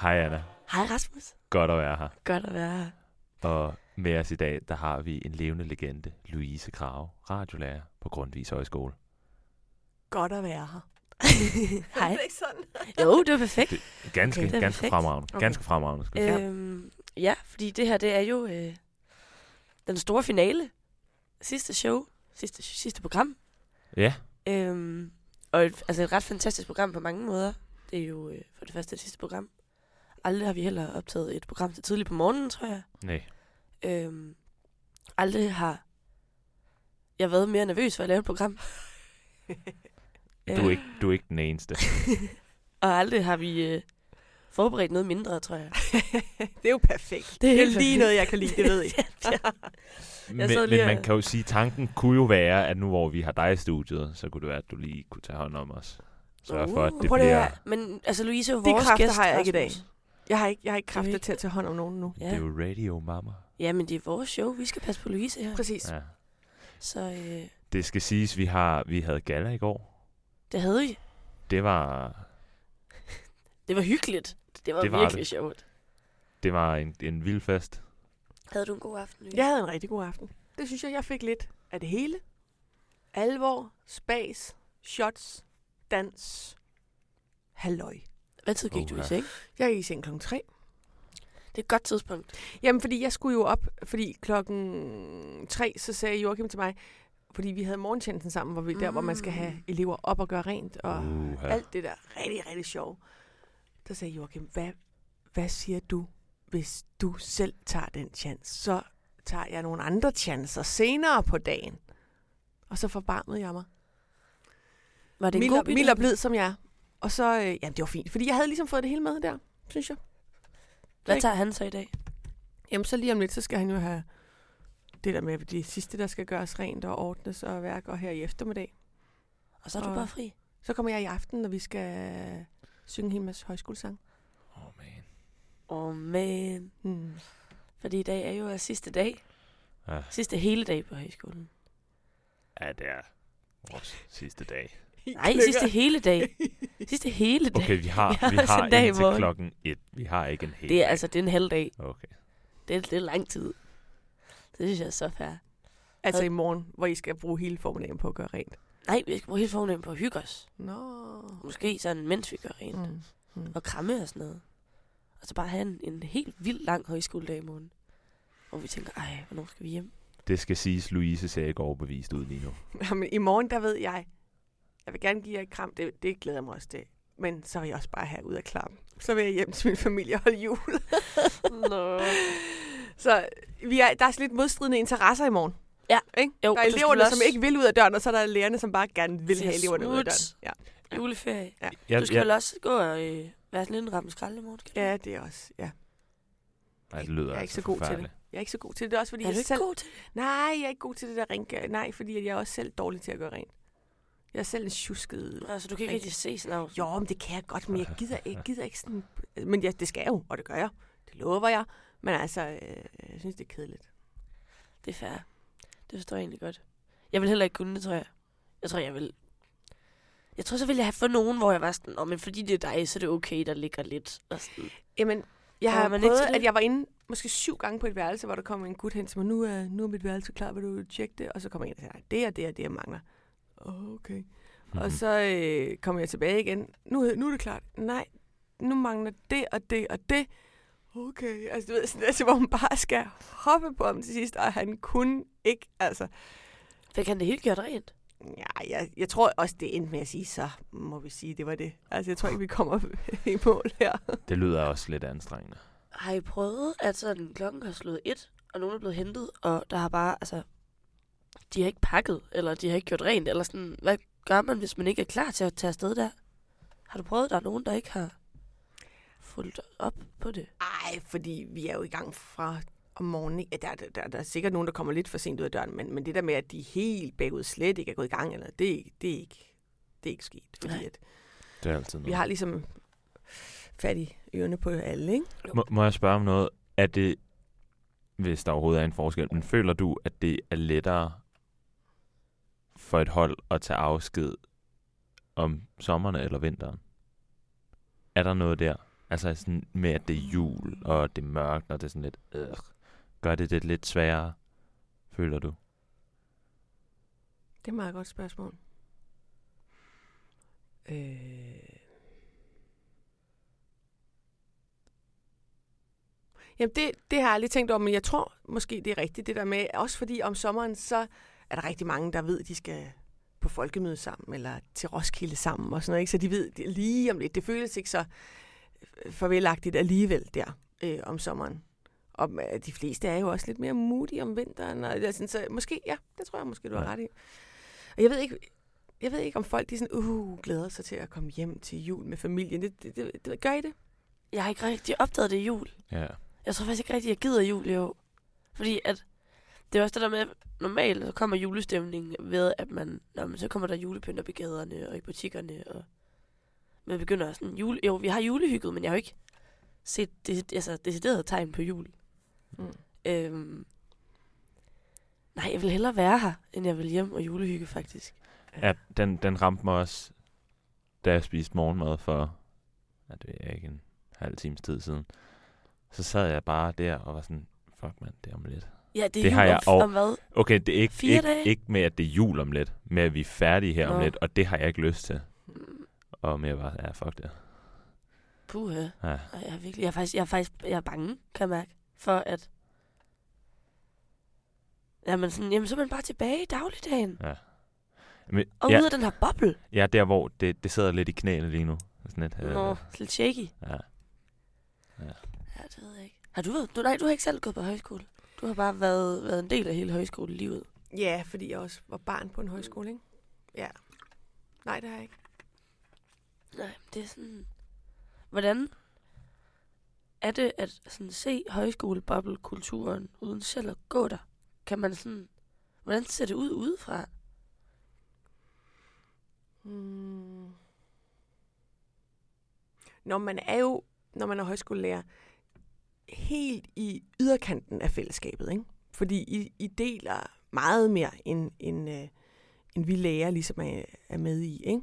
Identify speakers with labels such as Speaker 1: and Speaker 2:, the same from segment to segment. Speaker 1: Hej Anna.
Speaker 2: Hej Rasmus.
Speaker 1: Godt at være her.
Speaker 2: Godt at være her.
Speaker 1: Og med os i dag, der har vi en levende legende, Louise Krave, radiolærer på Grundvis Højskole.
Speaker 2: Godt at være her.
Speaker 3: Er
Speaker 2: Hej.
Speaker 3: det ikke sådan?
Speaker 2: Jo, det var perfekt.
Speaker 1: Ganske,
Speaker 2: Okay, det
Speaker 1: okay,
Speaker 2: er
Speaker 1: ganske
Speaker 2: perfekt.
Speaker 1: fremragende.
Speaker 2: Okay.
Speaker 1: Okay. Ganske fremragende. Skal vi sige.
Speaker 2: Øhm, ja, fordi det her, det er jo øh, den store finale. Sidste show. Sidste, sidste program.
Speaker 1: Ja,
Speaker 2: Øhm, og et, altså et ret fantastisk program på mange måder. Det er jo øh, for det første det sidste program. Aldrig har vi heller optaget et program til tidligt på morgenen, tror jeg.
Speaker 1: nej.
Speaker 2: Øhm, aldrig har jeg været mere nervøs for at lave et program. Øh,
Speaker 1: Du er, ikke, du er ikke den eneste.
Speaker 2: Og aldrig har vi øh, forberedt noget mindre, tror jeg.
Speaker 3: Det er jo perfekt. Det er, det er
Speaker 2: helt
Speaker 3: lige
Speaker 2: perfekt.
Speaker 3: noget, jeg kan lide, det ved jeg.
Speaker 1: men,
Speaker 2: sad lige
Speaker 1: men
Speaker 2: og-
Speaker 1: man kan jo sige, tanken kunne jo være, at nu hvor vi har dig i studiet, så kunne det være, at du lige kunne tage hånd om os. Sørge for, at det
Speaker 2: Uh, Prøv lige at
Speaker 1: bliver...
Speaker 2: høre, Men altså, Louise er jo
Speaker 3: De
Speaker 2: vores
Speaker 3: kræfter
Speaker 2: gæst.
Speaker 3: har jeg ikke i dag.
Speaker 2: Rasmus.
Speaker 3: Jeg har ikke, jeg har ikke
Speaker 2: Det er jo
Speaker 3: kræfter
Speaker 2: ikke-
Speaker 3: til at tage hånd om nogen nu.
Speaker 1: Det er
Speaker 2: Ja.
Speaker 1: jo radio, mamma.
Speaker 2: ja, men det er vores show. Vi skal passe på Louise her.
Speaker 3: Præcis.
Speaker 1: Ja.
Speaker 2: Så øh,
Speaker 1: Det skal siges, vi har vi havde gala i går.
Speaker 2: det havde vi.
Speaker 1: Det var,
Speaker 2: Det var hyggeligt. Det var,
Speaker 1: Det
Speaker 2: det
Speaker 1: var
Speaker 2: var virkelig det. sjovt.
Speaker 1: det var en, en vild fest.
Speaker 2: Havde du en god aften, Louise?
Speaker 3: Jeg havde en rigtig god aften. Det synes jeg, jeg fik lidt af det hele. Alvor, spas, shots, dans, halløj.
Speaker 2: Hvad tid gik du i
Speaker 1: Uha.
Speaker 2: seng?
Speaker 3: Jeg er i seng klokken 3.
Speaker 2: Det er et godt tidspunkt.
Speaker 3: Jamen, fordi jeg skulle jo op, fordi klokken 3, så sagde Joachim til mig, fordi vi havde morgentjenesten sammen, hvor vi mm. der, hvor man skal have
Speaker 2: Mm.
Speaker 3: elever op og gøre rent, og
Speaker 1: Uha.
Speaker 3: alt det der rigtig, rigtig sjov. Der sagde Joachim, hvad, hvad siger du, hvis du selv tager den chance? Så tager jeg nogle andre chancer senere på dagen. Og så forbarmede jeg mig.
Speaker 2: Var det en
Speaker 3: Mild
Speaker 2: god
Speaker 3: og-
Speaker 2: bytur?
Speaker 3: mild og blid som jeg er. Og så, øh, jamen det var fint, fordi jeg havde ligesom fået det hele med der, synes jeg.
Speaker 2: Hvad
Speaker 3: ikke?
Speaker 2: tager han så i dag?
Speaker 3: Jamen så lige om lidt, så skal han jo have det der med de sidste, der skal gøres rent og ordnes og værk, og her i eftermiddag.
Speaker 2: Og så er du
Speaker 3: Og-
Speaker 2: bare fri.
Speaker 3: Så kommer jeg i aften, når vi skal synge en hel masse højskolesang.
Speaker 1: Oh, man.
Speaker 2: Åh, oh, man.
Speaker 3: Hmm.
Speaker 2: Fordi i dag er jo jeres sidste dag.
Speaker 1: Ja.
Speaker 2: Sidste hele dag på højskolen.
Speaker 1: Ja, det er vores sidste dag.
Speaker 2: Nej, sidste hele dag. Sidste hele dag.
Speaker 1: Okay, vi
Speaker 2: Vi
Speaker 1: har,
Speaker 2: har
Speaker 1: vi
Speaker 2: altså
Speaker 1: har
Speaker 2: en dag,
Speaker 1: indtil
Speaker 2: hvor-
Speaker 1: klokken et. Vi har ikke en hel
Speaker 2: Det er
Speaker 1: dag.
Speaker 2: altså, det er en halv dag.
Speaker 1: Okay.
Speaker 2: Det er, det er lang tid. Det synes jeg er så fair.
Speaker 3: Altså i morgen, hvor I skal bruge hele formiddagen på at gøre rent.
Speaker 2: Nej, vi skal bruge hele fornemt på at hygge os.
Speaker 3: Nå.
Speaker 2: Måske sådan, mens vi gør rent.
Speaker 3: Mm. Mm.
Speaker 2: Og kramme og sådan noget. Og så bare have en, en helt vild lang højskoledag i morgen. Hvor vi tænker, ej, hvornår skal vi hjem?
Speaker 1: Det skal siges, Louise ser ikke overbevist ud lige nu.
Speaker 3: Jamen, i morgen, der ved jeg, jeg vil gerne give jer et kram, det, det glæder jeg mig også til. Men så vil jeg også bare have ud af klappen. Så vil jeg hjem til min familie og holde jul.
Speaker 2: Nå.
Speaker 3: Så vi er, der er sådan lidt modstridende interesser i morgen.
Speaker 2: Ja.
Speaker 3: Ikke?
Speaker 2: Jo,
Speaker 3: der er
Speaker 2: og du skal
Speaker 3: eleverne,
Speaker 2: vel også-
Speaker 3: som ikke vil ud af døren, og så er der lærerne, som bare gerne vil
Speaker 2: Siger
Speaker 3: have eleverne ud af døren.
Speaker 2: slut.
Speaker 3: Ja.
Speaker 2: Juleferie.
Speaker 1: Jeg,
Speaker 2: Du skal vel også gå og øh, være sådan lidt en ramme skrald i morgen, skal du?
Speaker 3: ja, det er også. Ja.
Speaker 1: Ej, det lyder
Speaker 3: jeg er ikke
Speaker 1: altså
Speaker 3: så god til det.
Speaker 1: forfærdeligt.
Speaker 3: Jeg er ikke så god til det. Det er også fordi,
Speaker 2: Er
Speaker 3: jeg
Speaker 2: du ikke
Speaker 3: selv...
Speaker 2: god til det?
Speaker 3: Nej, jeg er ikke god til det der rengøring. Nej, fordi jeg er også selv dårlig til at gøre rent. Jeg er selv en tjusket
Speaker 2: Altså, du kan ikke
Speaker 3: Rigtig.
Speaker 2: rigtig se sådan noget.
Speaker 3: Jo, men det kan jeg godt, men jeg gider ikke, gider ikke sådan... Men ja, det skal jeg jo, og det gør jeg. Det lover jeg. Men altså, øh, jeg synes, det er kedeligt.
Speaker 2: Det er fair. Det forstår jeg egentlig godt. Jeg vil heller ikke kunne det, tror jeg. Jeg tror, jeg vil... Jeg tror, så ville jeg have fået nogen, hvor jeg var sådan, oh, men fordi det er dig, så er det okay, der ligger lidt. Og sådan.
Speaker 3: Jamen, jeg
Speaker 2: Kommer
Speaker 3: har
Speaker 2: man
Speaker 3: man
Speaker 2: ikke
Speaker 3: prøvet,
Speaker 2: til det?
Speaker 3: at jeg var inde måske syv gange på et værelse, hvor der kom en gut hen til mig, nu er, nu er mit værelse klar, vil du tjekke det? Og så kommer en og siger, nej, det er det, og det, jeg mangler. Åh, Okay.
Speaker 1: Mhm.
Speaker 3: Og så øh, kommer jeg tilbage igen. Nu, nu er det klart. Nej, nu mangler det og det og det. Okay, altså du ved, sådan, altså, hvor hun bare skal hoppe på ham til sidst, og han kunne ikke, altså.
Speaker 2: Fik han det helt gjort rent?
Speaker 3: Ja, jeg, jeg tror også, det endte med at sige, så må vi sige, det var det. Altså, jeg tror ikke, vi kommer i mål her.
Speaker 1: Det lyder også lidt anstrengende.
Speaker 2: Har I prøvet, at sådan, klokken har slået et, og nogen er blevet hentet, og der har bare, altså, de har ikke pakket, eller de har ikke gjort rent, eller sådan, hvad gør man, hvis man ikke er klar til at tage afsted der? Har du prøvet, at der er nogen, der ikke har fulgt op på det?
Speaker 3: Nej, fordi vi er jo i gang fra om morgenen. ikke? Ja, Der, der, der, der er sikkert nogen, der kommer lidt for sent ud af døren, men, men det der med, at de er helt bagud slet ikke er gået i gang, eller, det, er ikke- det, er ikke, det er ikke sket.
Speaker 2: Nej.
Speaker 3: Fordi at
Speaker 1: Det er altid noget.
Speaker 3: vi har ligesom fat i ørerne på alle, ikke?
Speaker 1: må, må jeg spørge om noget? Er det, hvis der overhovedet er en forskel, men føler du, at det er lettere for et hold at tage afsked om sommerne eller vinteren? Er der noget der? Altså sådan med, at det er jul, og det er mørkt, og det er sådan lidt... Øh, gør det det lidt sværere, føler du?
Speaker 3: Det er et meget godt spørgsmål. Øh... Jamen, det, det har jeg aldrig tænkt over, men jeg tror måske, det er rigtigt, det der med, også fordi om sommeren, så er der rigtig mange, der ved, at de skal på folkemøde sammen, eller til Roskilde sammen og sådan noget, ikke? så de ved det er lige om lidt. Det føles ikke så øh, farvelagtigt alligevel der øh, om sommeren. Og øh, de fleste er jo også lidt mere moody om vinteren. Og, eller sådan, så måske, ja, det tror jeg måske, du har
Speaker 1: Ja.
Speaker 3: ret i. Og jeg ved ikke, jeg ved ikke, om folk de sådan, uh, glæder sig til at komme hjem til jul med familien. Det, det, det, det gør I det?
Speaker 2: Jeg har ikke rigtig opdaget det i jul.
Speaker 1: Ja.
Speaker 2: Jeg tror faktisk ikke rigtig, jeg gider jul i år. Fordi at, det er også det der med, at normalt så kommer julestemningen ved, at man, nå, men så kommer der julepynt op i gaderne og i butikkerne. Og man begynder sådan, jule, jo, vi har julehygget, men jeg har jo ikke set det, altså, decideret tegn på jul.
Speaker 3: Mm.
Speaker 2: Øhm, nej, jeg vil hellere være her, end jeg vil hjem og julehygge, faktisk.
Speaker 1: ja den, den ramte mig også, da jeg spiste morgenmad for, ja, det ved jeg ikke, en halv times tid siden. Så sad jeg bare der og var sådan, fuck mand, det er om lidt.
Speaker 2: Ja, det er
Speaker 1: Det
Speaker 2: jul
Speaker 1: har jeg
Speaker 2: om,
Speaker 1: og-
Speaker 2: om hvad?
Speaker 1: Okay, det er ikke,
Speaker 2: Fire
Speaker 1: ikke,
Speaker 2: dage?
Speaker 1: ikke med, at det er jul om lidt, med at vi er færdige her om
Speaker 2: Nå.
Speaker 1: lidt, og det har jeg ikke lyst til.
Speaker 2: Mm,
Speaker 1: Og med at bare, ja, fuck det.
Speaker 2: Puha.
Speaker 1: Ja.
Speaker 2: Ej, jeg er virkelig, jeg er faktisk, jeg er faktisk jeg er bange, kan jeg mærke, for at... Jamen, sådan, jamen, så er man bare tilbage i dagligdagen.
Speaker 1: Men,
Speaker 2: Og ja.
Speaker 1: ja,
Speaker 2: ud af den her boble.
Speaker 1: ja, der hvor det, det sidder lidt i knæene lige nu. Sådan lidt, øh,
Speaker 2: Ja. Nå, lidt shaky.
Speaker 1: ja.
Speaker 2: Ja, det ved jeg ikke. Har du været... Du, nej, du har ikke selv gået på højskole. Du har bare været, været en del af hele højskolelivet.
Speaker 3: Ja, fordi jeg også var barn på en højskole, ikke? Ja. Nej, det har jeg ikke.
Speaker 2: Nej, det er sådan... Hvordan er det at sådan se højskolebobbelkulturen uden selv at gå der? Kan man sådan... Hvordan ser det ud udefra?
Speaker 3: Hmm. Når man er jo, når man er højskolelærer, helt i yderkanten af fællesskabet, ikke? Fordi I, I deler meget mere, end, end, øh, end vi lærer ligesom er, er med i, ikke?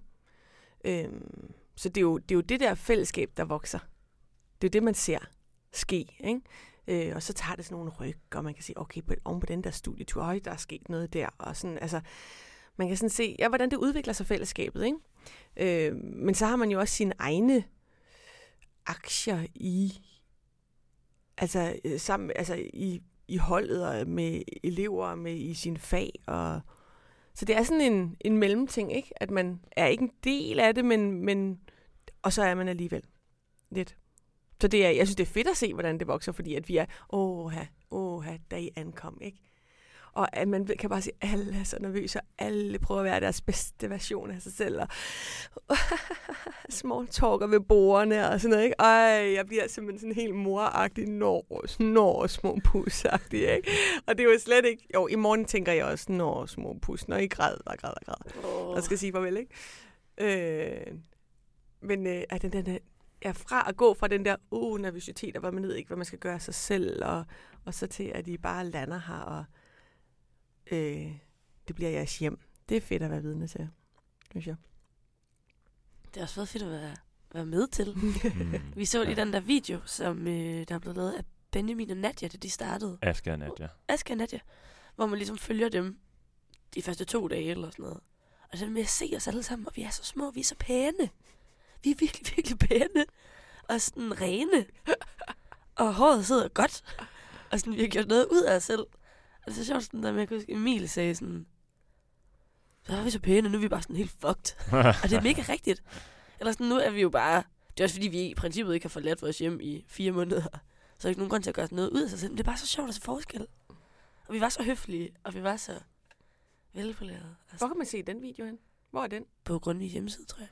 Speaker 3: Øhm, så det er, jo, det er jo det der fællesskab, der vokser. Det er jo det, man ser ske, ikke? Øh, og så tager det sådan nogle ryg, og man kan sige, okay, på, oven på den der studietur, øj, der er sket noget der, og sådan, altså, man kan sådan se, ja, hvordan det udvikler sig fællesskabet, ikke? Øh, men så har man jo også sine egne aktier i, altså, øh, sammen, altså i, i holdet og med elever og med i sin fag. Og, så det er sådan en, en mellemting, ikke? At man er ikke en del af det, men, men og så er man alligevel lidt. Så det er, jeg synes, det er fedt at se, hvordan det vokser, fordi at vi er, åh, åh, da I ankom, ikke? Og at man ved- kan bare se, at alle er så nervøse, og alle prøver at være deres bedste version af sig selv. Og small talker ved bordene og sådan noget. Ikke? Ej, jeg bliver simpelthen sådan helt moragtig, når, når små pusagtig. Ikke? Og det er jo slet ikke... Jo, i morgen tænker jeg også, når små pus, når I græder og græder og græder.
Speaker 2: Oh.
Speaker 3: Der skal sige farvel, ikke? Øh, men øh, at den, den er, er fra at gå fra den der uh, nervøsitet, og hvor man ved ikke, hvad man skal gøre af sig selv, og, og så til, at de bare lander her, og øh, det bliver jeres hjem. Det er fedt at være vidne til, synes jeg.
Speaker 2: Det er også været fedt at være, være med til.
Speaker 1: Mm.
Speaker 2: Vi så lige
Speaker 1: Ja.
Speaker 2: den der video, som øh, der er blevet lavet af Benjamin og Nadia, da de startede.
Speaker 1: Aske og Nadja.
Speaker 2: Aske og Nadia. Hvor man ligesom følger dem de første to dage eller sådan noget. Og så med at se os alle sammen, og vi er så små, vi er så pæne. Vi er virkelig, virkelig pæne. Og sådan rene. og håret sidder godt. Og sådan, vi har gjort noget ud af os selv. Og det er så sjovt, sådan der, men jeg kan huske, Emil sagde sådan, så er vi så pæne, nu er vi bare sådan helt fucked. Og det er mega rigtigt. Eller sådan, nu er vi jo bare... Det er også fordi, vi i princippet ikke har forladt vores hjem i fire måneder. Så er der ikke nogen grund til at gøre sådan noget ud af sig selv. Men det er bare så sjovt at se forskel. Og vi var så høflige, og vi var så velpolerede.
Speaker 3: Hvor
Speaker 2: Altså,
Speaker 3: kan man se den video hen? Hvor er den?
Speaker 2: på Grundtvigs hjemmeside, tror jeg.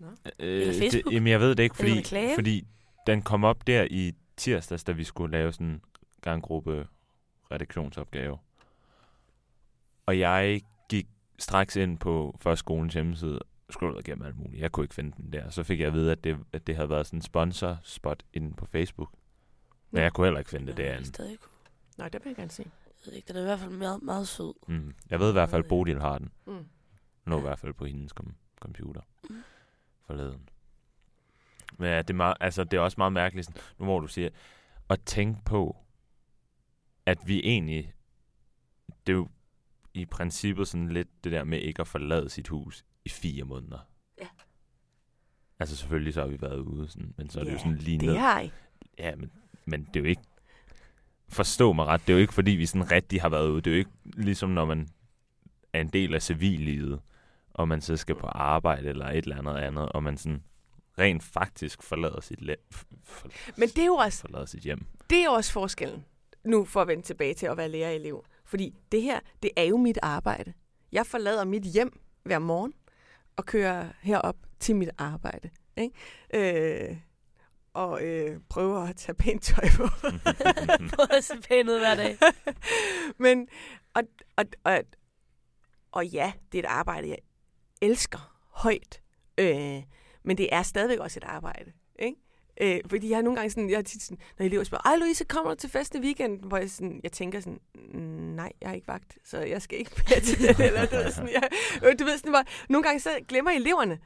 Speaker 1: Øh,
Speaker 2: Eller Facebook?
Speaker 1: Det, jamen, jeg ved det ikke,
Speaker 2: Eller
Speaker 1: fordi,
Speaker 2: reklame?
Speaker 1: fordi den kom op der i tirsdags, da vi skulle lave sådan en ganggruppe redaktionsopgave. Og jeg gik straks ind på førstskolens hjemmeside, skrullede igennem alt muligt. Jeg kunne ikke finde den der. Så fik jeg at vide, at det, at det havde været sådan en sponsor-spot inde på Facebook. Men
Speaker 3: Nå.
Speaker 1: jeg kunne heller ikke finde det
Speaker 2: Den er
Speaker 1: derinde.
Speaker 2: stadig kunne.
Speaker 3: Nej, den vil jeg gerne se.
Speaker 2: Jeg ved ikke, den er i hvert fald meget, meget sød.
Speaker 1: Mm. Jeg ved i hvert fald, at Bodil har den.
Speaker 3: Mm.
Speaker 1: Den lå i
Speaker 2: Ja.
Speaker 1: hvert fald på hendes kom- computer
Speaker 2: Mm.
Speaker 1: forleden. Men ja, det, er meget, altså, det er også meget mærkeligt, sådan, nu hvor du siger, at tænke på, at vi egentlig, det er jo i princippet sådan lidt det der med ikke at forlade sit hus i fire måneder.
Speaker 2: Ja.
Speaker 1: Altså selvfølgelig så har vi været ude, sådan, men så er det
Speaker 3: Ja,
Speaker 1: jo sådan lige ned.
Speaker 3: Det har I.
Speaker 1: Ja, men, men det er jo ikke... Forstå mig ret, det er jo ikke, fordi vi sådan rigtig har været ude. Det er jo ikke ligesom, når man er en del af civillivet, og man så skal på arbejde eller et eller andet andet, og man sådan rent faktisk forlader sit, la- f- for-
Speaker 3: Men det er jo også,
Speaker 1: forlader sit hjem.
Speaker 3: det er jo også forskellen, nu for at vende tilbage til at være lærerelev. Fordi det her, det er jo mit arbejde. Jeg forlader mit hjem hver morgen og kører herop til mit arbejde. Ikke? Øh, og øh, prøver at tage pænt tøj på.
Speaker 2: Prøv at se pænt ud hver dag.
Speaker 3: Men, og, og, og, og ja, det er et arbejde, jeg elsker højt. Øh, men det er stadigvæk også et arbejde. Ikke? Øh, fordi jeg har nogle gange sådan, jeg har tit sådan, når elever spørger, ej Louise, kommer du til festen i weekenden? Hvor jeg, sådan, jeg tænker sådan, "Mm, nej, jeg er ikke vagt, så jeg skal ikke med til det. Eller, du, ved, sådan, jeg, øh, du ved sådan, hvor, nogle gange så glemmer eleverne,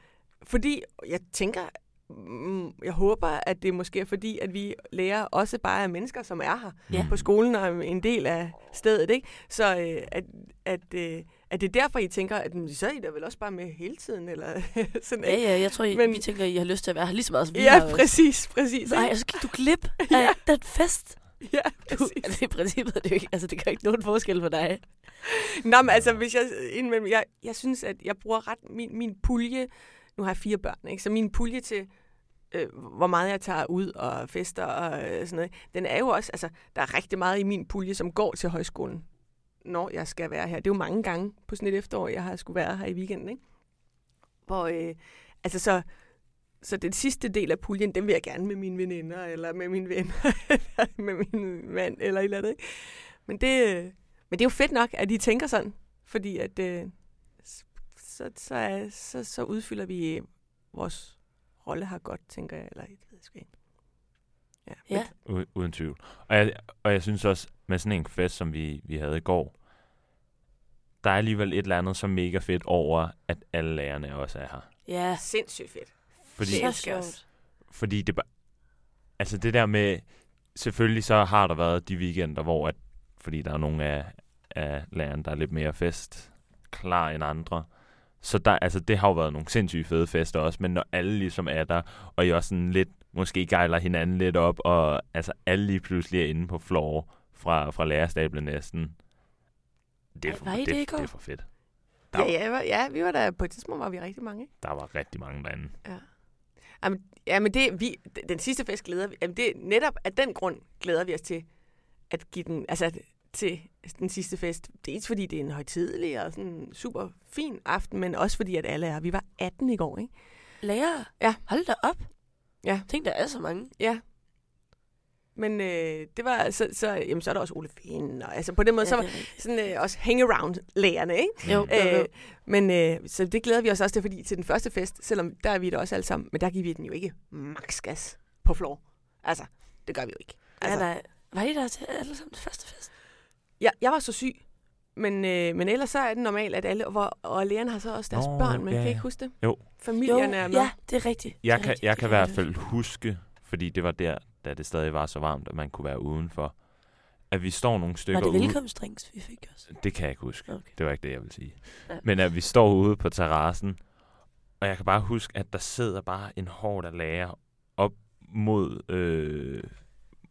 Speaker 3: fordi jeg tænker, mm, jeg håber, at det måske er fordi, at vi lærer også bare er mennesker, som er her
Speaker 2: Ja.
Speaker 1: Mm.
Speaker 3: på skolen og er en del af stedet, ikke? Så øh, at, at, øh, at det er derfor, I tænker, at "Men så er I da vel også bare med hele tiden, eller sådan,
Speaker 2: Ja,
Speaker 3: ikke?
Speaker 2: ja, jeg tror, I,
Speaker 3: Men-
Speaker 2: men... vi tænker, I har lyst til at være her lige så meget, som vi har.
Speaker 3: Ja, præcis, præcis.
Speaker 2: Nej,
Speaker 3: ikke?
Speaker 2: altså gik du glip af
Speaker 3: Ja.
Speaker 2: den fest.
Speaker 3: Ja,
Speaker 2: Du,
Speaker 3: præcis.
Speaker 2: altså, i princippet er det jo ikke, altså, det gør ikke nogen forskel for dig.
Speaker 3: Nå, men altså, hvis jeg, indimellem, jeg, jeg synes, at jeg bruger ret min, min pulje, nu har jeg fire børn, ikke? så min pulje til, øh, hvor meget jeg tager ud og fester og øh, sådan noget, den er jo også, altså, der er rigtig meget i min pulje, som går til højskolen, når jeg skal være her. Det er jo mange gange på sådan et efterår, jeg har skulle være her i weekenden, ikke? Hvor, øh, altså så, så den sidste del af puljen, den vil jeg gerne med mine veninder, eller med mine venner, eller med min mand, eller et eller andet, ikke? Men det, øh, men det er jo fedt nok, at I tænker sådan, fordi at øh, s- så, så, er, så, så udfylder vi øh, vores rolle her godt, tænker jeg. Eller, det ved jeg sgu ikke. Ja.
Speaker 2: Ja.
Speaker 3: men-
Speaker 1: U- uden tvivl. Og jeg, og jeg synes også, med sådan en fest, som vi, vi havde i går, der er alligevel et eller andet så mega fedt over, at alle lærerne også er her.
Speaker 2: Ja,
Speaker 3: Sindssygt fedt.
Speaker 1: Fordi
Speaker 3: Det
Speaker 2: så
Speaker 3: elsker jeg
Speaker 2: sjovt.
Speaker 3: også.
Speaker 1: fordi det bare... Altså det der med... Selvfølgelig så har der været de weekender, hvor at, fordi der er nogle af, af lærerne, der er lidt mere fest klar end andre. Så der, altså, det har jo været nogle sindssygt fede fester også, men når alle ligesom er der, og I også sådan lidt, måske gejler hinanden lidt op, og altså alle lige pludselig er inde på floor fra, fra lærerstablen næsten. Det er,
Speaker 2: Ej,
Speaker 1: for,
Speaker 2: var I
Speaker 1: det,
Speaker 2: det i
Speaker 1: det,
Speaker 2: går?
Speaker 1: det er for fedt. Der,
Speaker 3: Ja,
Speaker 1: ja, ja.
Speaker 3: ja, ja, vi var der på et tidspunkt, var vi rigtig mange.
Speaker 1: der var rigtig mange derinde.
Speaker 3: Ja, men det, vi, den sidste fest glæder vi, jamen det, netop af den grund glæder vi os til at give den, altså at- til den sidste fest. Dels fordi det er en højtidelig og sådan super fin aften, men også fordi at alle er. Vi var 18 i går, ikke?
Speaker 2: Lærere?
Speaker 3: Ja.
Speaker 2: Hold da op.
Speaker 3: Ja.
Speaker 2: Tænk, der er så mange.
Speaker 3: Ja. Men øh, det var, så, så, jamen, så er der også Ole Finn, og altså på den måde, ja, så var
Speaker 2: det er rigtigt.
Speaker 3: sådan øh, også hangaround-lærerne, ikke?
Speaker 2: Jo,
Speaker 1: Mm.
Speaker 2: jo, jo.
Speaker 3: Øh, men øh, så det glæder vi os også til, fordi til den første fest, selvom der er vi det også alle sammen, men der giver vi den jo ikke max gas på floor. Altså, det gør vi jo ikke.
Speaker 2: Ja,
Speaker 3: Altså,
Speaker 2: nej. Var I der til alle sammen til første fest?
Speaker 3: jeg, jeg var så syg, men, øh, men ellers så er det normalt, at alle, hvor, og lærerne har så også deres
Speaker 1: Nå,
Speaker 3: børn, men
Speaker 1: ja,
Speaker 3: kan
Speaker 1: ja.
Speaker 3: I ikke huske det?
Speaker 1: Jo.
Speaker 3: Familierne er med.
Speaker 2: ja, det er rigtigt. Det er
Speaker 1: Jeg kan,
Speaker 2: rigtigt,
Speaker 1: jeg
Speaker 2: det
Speaker 1: kan i hvert
Speaker 2: jeg
Speaker 1: fald huske, fordi det var der, da det stadig var så varmt, at man kunne være udenfor, at vi står nogle
Speaker 2: Var
Speaker 1: stykker
Speaker 2: det
Speaker 1: ude.
Speaker 2: velkomstdrinks, vi fik også?
Speaker 1: Det kan jeg ikke huske.
Speaker 2: Okay.
Speaker 1: Det var ikke det, jeg ville sige.
Speaker 2: Ja.
Speaker 1: Men at vi står ude på terrassen, og jeg kan bare huske, at der sidder bare en hård af lærer op mod, øh,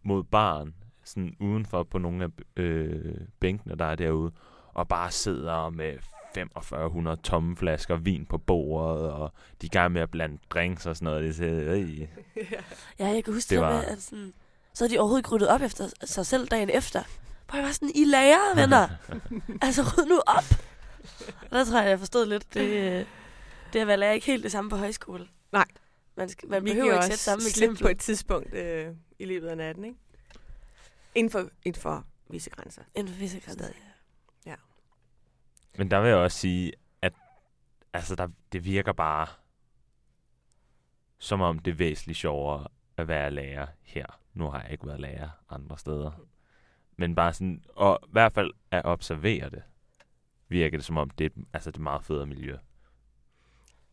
Speaker 1: mod baren, sådan udenfor på nogle af øh, bænkene, der er derude, og bare sidder med 4500 tomme flasker vin på bordet, og de er i gang med at blande drinks og sådan noget. Det ser, øh,
Speaker 2: Ja, jeg kan
Speaker 1: Det
Speaker 2: huske det, det
Speaker 1: var-
Speaker 2: med, at sådan, så havde de overhovedet ikke ryddet op efter sig selv dagen efter. Bare var sådan, I lærer, venner. altså, ryd nu op. Og der tror jeg, jeg forstod lidt. Det, øh, det at være lærer er ikke helt det samme på højskole.
Speaker 3: Nej.
Speaker 2: Man, skal, man
Speaker 3: Vi
Speaker 2: behøver
Speaker 3: kan
Speaker 2: ikke
Speaker 3: jo
Speaker 2: sætte
Speaker 3: også
Speaker 2: samme
Speaker 3: slippe
Speaker 2: eksempel.
Speaker 3: på et tidspunkt øh, i løbet af natten, ikke? Inden for, inden for visse grænser.
Speaker 2: Inden for visse grænser.
Speaker 3: Stadig.
Speaker 1: Men der vil jeg også sige, at altså, der, det virker bare som om det er væsentligt sjovere at være lærer her. Nu har jeg ikke været lærer andre steder. Men bare sådan, og i hvert fald at observere det, virker det som om, det er, altså, det er et meget federe miljø.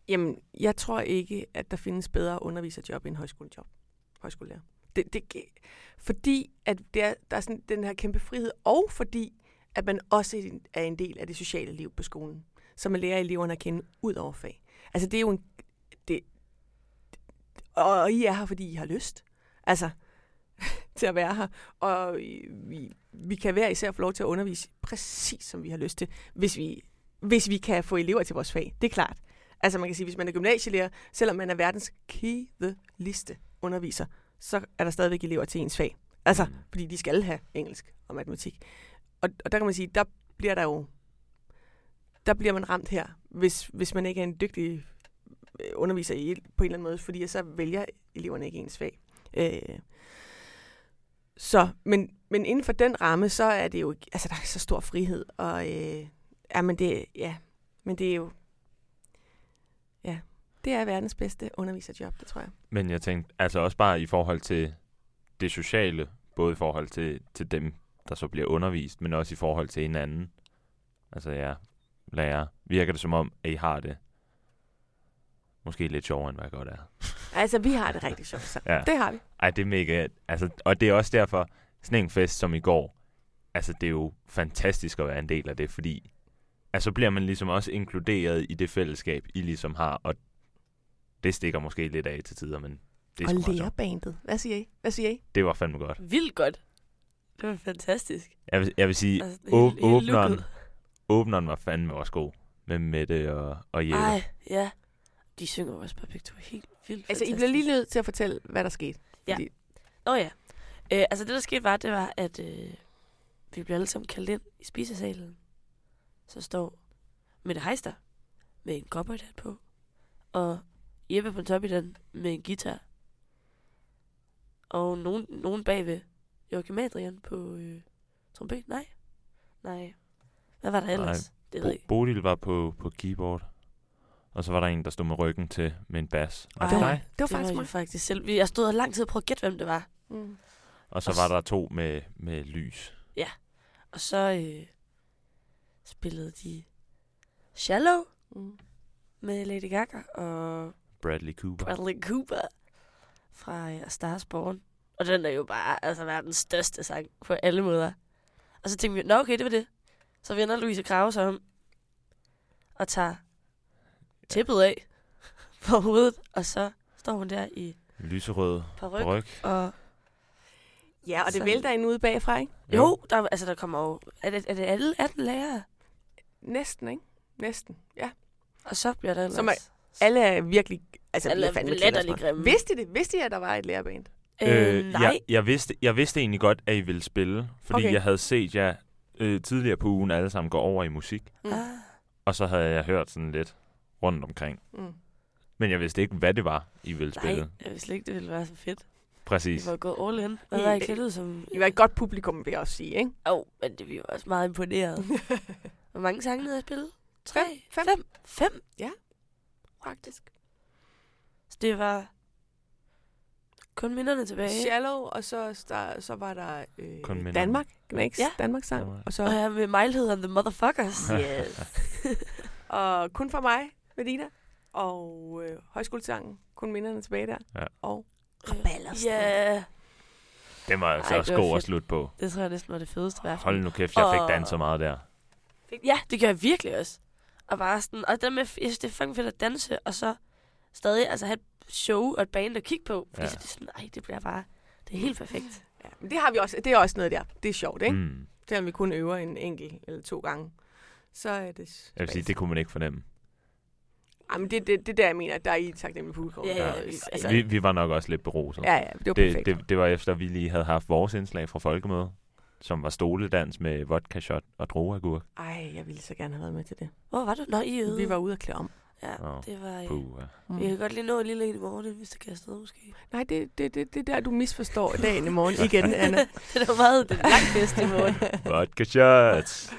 Speaker 3: Jamen, jeg tror ikke, at der findes bedre underviserjob end højskolejob. Højskolelærer. Det, det, fordi at der, der er sådan den her kæmpe frihed, og fordi at man også er en del af det sociale liv på skolen, så man lærer eleverne at kende ud over fag. Altså, det er jo en... Det, og, og I er her, fordi I har lyst. Altså, til at være her. Og I- vi, vi kan hver især få lov til at undervise præcis, som vi har lyst til, hvis vi, hvis vi kan få elever til vores fag. Det er klart. Altså man kan sige, hvis man er gymnasielærer, selvom man er verdens kedeligste underviser, så er der stadigvæk elever til ens fag. Altså,
Speaker 1: Mm.
Speaker 3: fordi de skal have engelsk og matematik. Og, og der kan man sige, der bliver der jo, der bliver man ramt her, hvis, hvis man ikke er en dygtig øh, underviser i, på en eller anden måde, fordi så vælger eleverne ikke ens fag. Øh, så, men, men inden for den ramme, så er det jo, ikke- altså der er så stor frihed, og øh, ja, men det, ja, men det er jo, ja, det er verdens bedste underviserjob, det tror jeg.
Speaker 1: Men jeg tænkte, altså også bare i forhold til det sociale, både i forhold til, til dem, der så bliver undervist, men også i forhold til hinanden. Altså ja, lærer. Virker det som om, at I har det måske lidt sjovere, end hvad jeg godt er.
Speaker 3: Altså, vi har det rigtig sjovt sammen.
Speaker 1: Ja.
Speaker 3: Det har vi.
Speaker 1: Ej, det er mega... Altså, og det er også derfor, sådan en fest som i går, altså det er jo fantastisk at være en del af det, fordi altså, så bliver man ligesom også inkluderet i det fællesskab, I ligesom har, og det stikker måske lidt af til tider, men det, er sgu
Speaker 3: og
Speaker 1: meget sjovt.
Speaker 3: lærerbandet. Hvad siger I? Hvad siger I?
Speaker 1: det var fandme godt.
Speaker 2: Vildt godt. Det var fantastisk.
Speaker 1: Jeg vil, jeg vil sige,
Speaker 2: Altså,
Speaker 1: Åb- åbneren.
Speaker 2: looket.
Speaker 1: åbneren var fandme også god med Mette og, og Jeppe.
Speaker 2: Ej, ja. De synger også bare begge to helt vildt
Speaker 3: Altså, I
Speaker 2: fantastisk.
Speaker 3: bliver lige nødt til at fortælle, hvad der skete.
Speaker 2: Ja.
Speaker 3: Fordi,
Speaker 2: Nå ja. Øh, altså det, der skete var, det var, at øh, vi blev alle sammen kaldt ind i spisesalen. Så står Mette Heister med en cowboyhat på, og Jeppe på top i den med en guitar. Og nogen, nogen bagved Joachim Adrian på øh, trompet. Nej. Nej. Hvad var der
Speaker 1: Nej.
Speaker 2: ellers? Nej. Det ved jeg
Speaker 1: Bo-
Speaker 2: ikke.
Speaker 1: Bodil var på, på keyboard, og så var der en, der stod med ryggen til med en bas. Var det
Speaker 2: Ej.
Speaker 1: dig?
Speaker 3: det var
Speaker 2: Det var
Speaker 3: faktisk
Speaker 2: jo
Speaker 3: mig.
Speaker 2: faktisk selv. Vi- Jeg stod og lang tid og prøvede at gætte, hvem det var.
Speaker 3: Mm.
Speaker 1: Og så var der to med, med lys.
Speaker 2: Og så øh, spillede de Shallow
Speaker 3: Mm.
Speaker 2: med Lady Gaga og
Speaker 1: Bradley Cooper.
Speaker 2: Bradley Cooper fra øh, A Stars Born. Og den er jo bare altså, verdens største sang på alle måder. Og så tænkte vi, nå okay, det var det. Så vender Louise Krave sig om og tager tippet af på hovedet, og så står hun der i
Speaker 1: Lyserød
Speaker 2: paryk
Speaker 1: bryg.
Speaker 2: og...
Speaker 3: Ja, og det
Speaker 2: Så-
Speaker 3: vælter en ude bagfra, ikke?
Speaker 2: Jo, der, er- altså der kommer jo... Er det, er det alle 18 lærere?
Speaker 3: Næsten, ikke? Næsten, ja.
Speaker 2: Og så bliver der ellers...
Speaker 3: Som er- Alle er virkelig... Altså,
Speaker 2: Alle
Speaker 3: vi
Speaker 2: er
Speaker 3: fandme
Speaker 2: latterlig
Speaker 3: klædt os på.
Speaker 2: grimme.
Speaker 3: Vidste I det? Vidste I, at der var et lærerband?
Speaker 2: Øh, nej.
Speaker 1: Jeg, jeg, vidste, jeg vidste egentlig godt, at I ville spille, fordi
Speaker 3: Okay.
Speaker 1: okay. jeg havde set jer øh, tidligere på ugen alle sammen gå over i musik,
Speaker 2: Ah,
Speaker 1: og så havde jeg hørt sådan lidt rundt omkring.
Speaker 3: Mm.
Speaker 1: Men jeg vidste ikke, hvad det var, I ville
Speaker 2: nej,
Speaker 1: spille.
Speaker 2: jeg vidste ikke, det ville være så fedt. Vi
Speaker 1: Præcis.
Speaker 2: var gået all in. Hvad
Speaker 3: I-
Speaker 2: var I klædt ud som?
Speaker 3: I var et godt publikum, vil jeg også sige, ikke?
Speaker 2: Åh, oh, men det, vi var også meget imponeret. Hvor mange sange havde jeg spillet? Tre?
Speaker 3: Fem.
Speaker 2: Fem? Fem?
Speaker 3: Ja.
Speaker 2: Faktisk. Så det var kun minderne tilbage.
Speaker 3: Shallow, og så, der, så var der
Speaker 1: Kun
Speaker 3: øh,
Speaker 1: minderne.
Speaker 3: Danmark, Knæks,
Speaker 2: Ja.
Speaker 3: ja. Danmarks sang,
Speaker 1: Danmark.
Speaker 3: og
Speaker 2: Og
Speaker 3: så
Speaker 2: her med Mildhed and the Motherfuckers. Yes.
Speaker 3: og kun for mig, Medina, og øh, højskolesangen, kun minderne tilbage der,
Speaker 1: Ja.
Speaker 3: og
Speaker 2: Ja, yeah.
Speaker 1: Den var altså
Speaker 2: Ej,
Speaker 1: også
Speaker 2: det var
Speaker 1: god at
Speaker 2: fedt.
Speaker 1: slutte på.
Speaker 2: det tror jeg næsten var det fedeste værft.
Speaker 1: Hold nu kæft, jeg
Speaker 2: Og-
Speaker 1: fik danset meget der.
Speaker 2: Ja, det gør jeg virkelig også. Og bare sådan, og det der med, jeg synes, det er fucking fedt at danse, og så stadig altså have et show og et band at kigge på. Fordi ja.
Speaker 1: Ja.
Speaker 2: så er det sådan, ej, det bliver bare, det er helt perfekt.
Speaker 3: Ja, men det har vi også, det er også noget der. Det er sjovt, ikke? Mm.
Speaker 1: Mm.
Speaker 3: Selvom vi kun øver en enkelt eller to gange, så er det...
Speaker 1: Jeg vil sige, det kunne man ikke fornemme.
Speaker 3: Jamen, det, det, det er der, jeg mener, der er I taknemmelig publikum.
Speaker 2: Ja, ja,
Speaker 3: Og-
Speaker 2: altså-
Speaker 3: altså,
Speaker 1: Vi, vi var nok også lidt beruset.
Speaker 3: ja, ja, det var
Speaker 1: det,
Speaker 3: perfekt. Det,
Speaker 1: det, det var efter, vi lige havde haft vores indslag fra Folkemødet, som var stoledans med vodka shot og droagurk.
Speaker 3: Ej, jeg ville så gerne have været med til det.
Speaker 2: Hvor var du? Nå, I øde.
Speaker 3: Vi var ude og klæde om.
Speaker 2: Ja,
Speaker 1: Åh,
Speaker 2: det var... Øh,
Speaker 1: Puh, ja.
Speaker 3: Mm.
Speaker 2: vi kan godt lige nå en lille en i morgen, hvis det kan afsted måske.
Speaker 3: Nej, det, det, det, det er der, du misforstår dagen i morgen igen, Anna.
Speaker 2: det var meget det langt bedste i morgen.
Speaker 1: Vodka shots!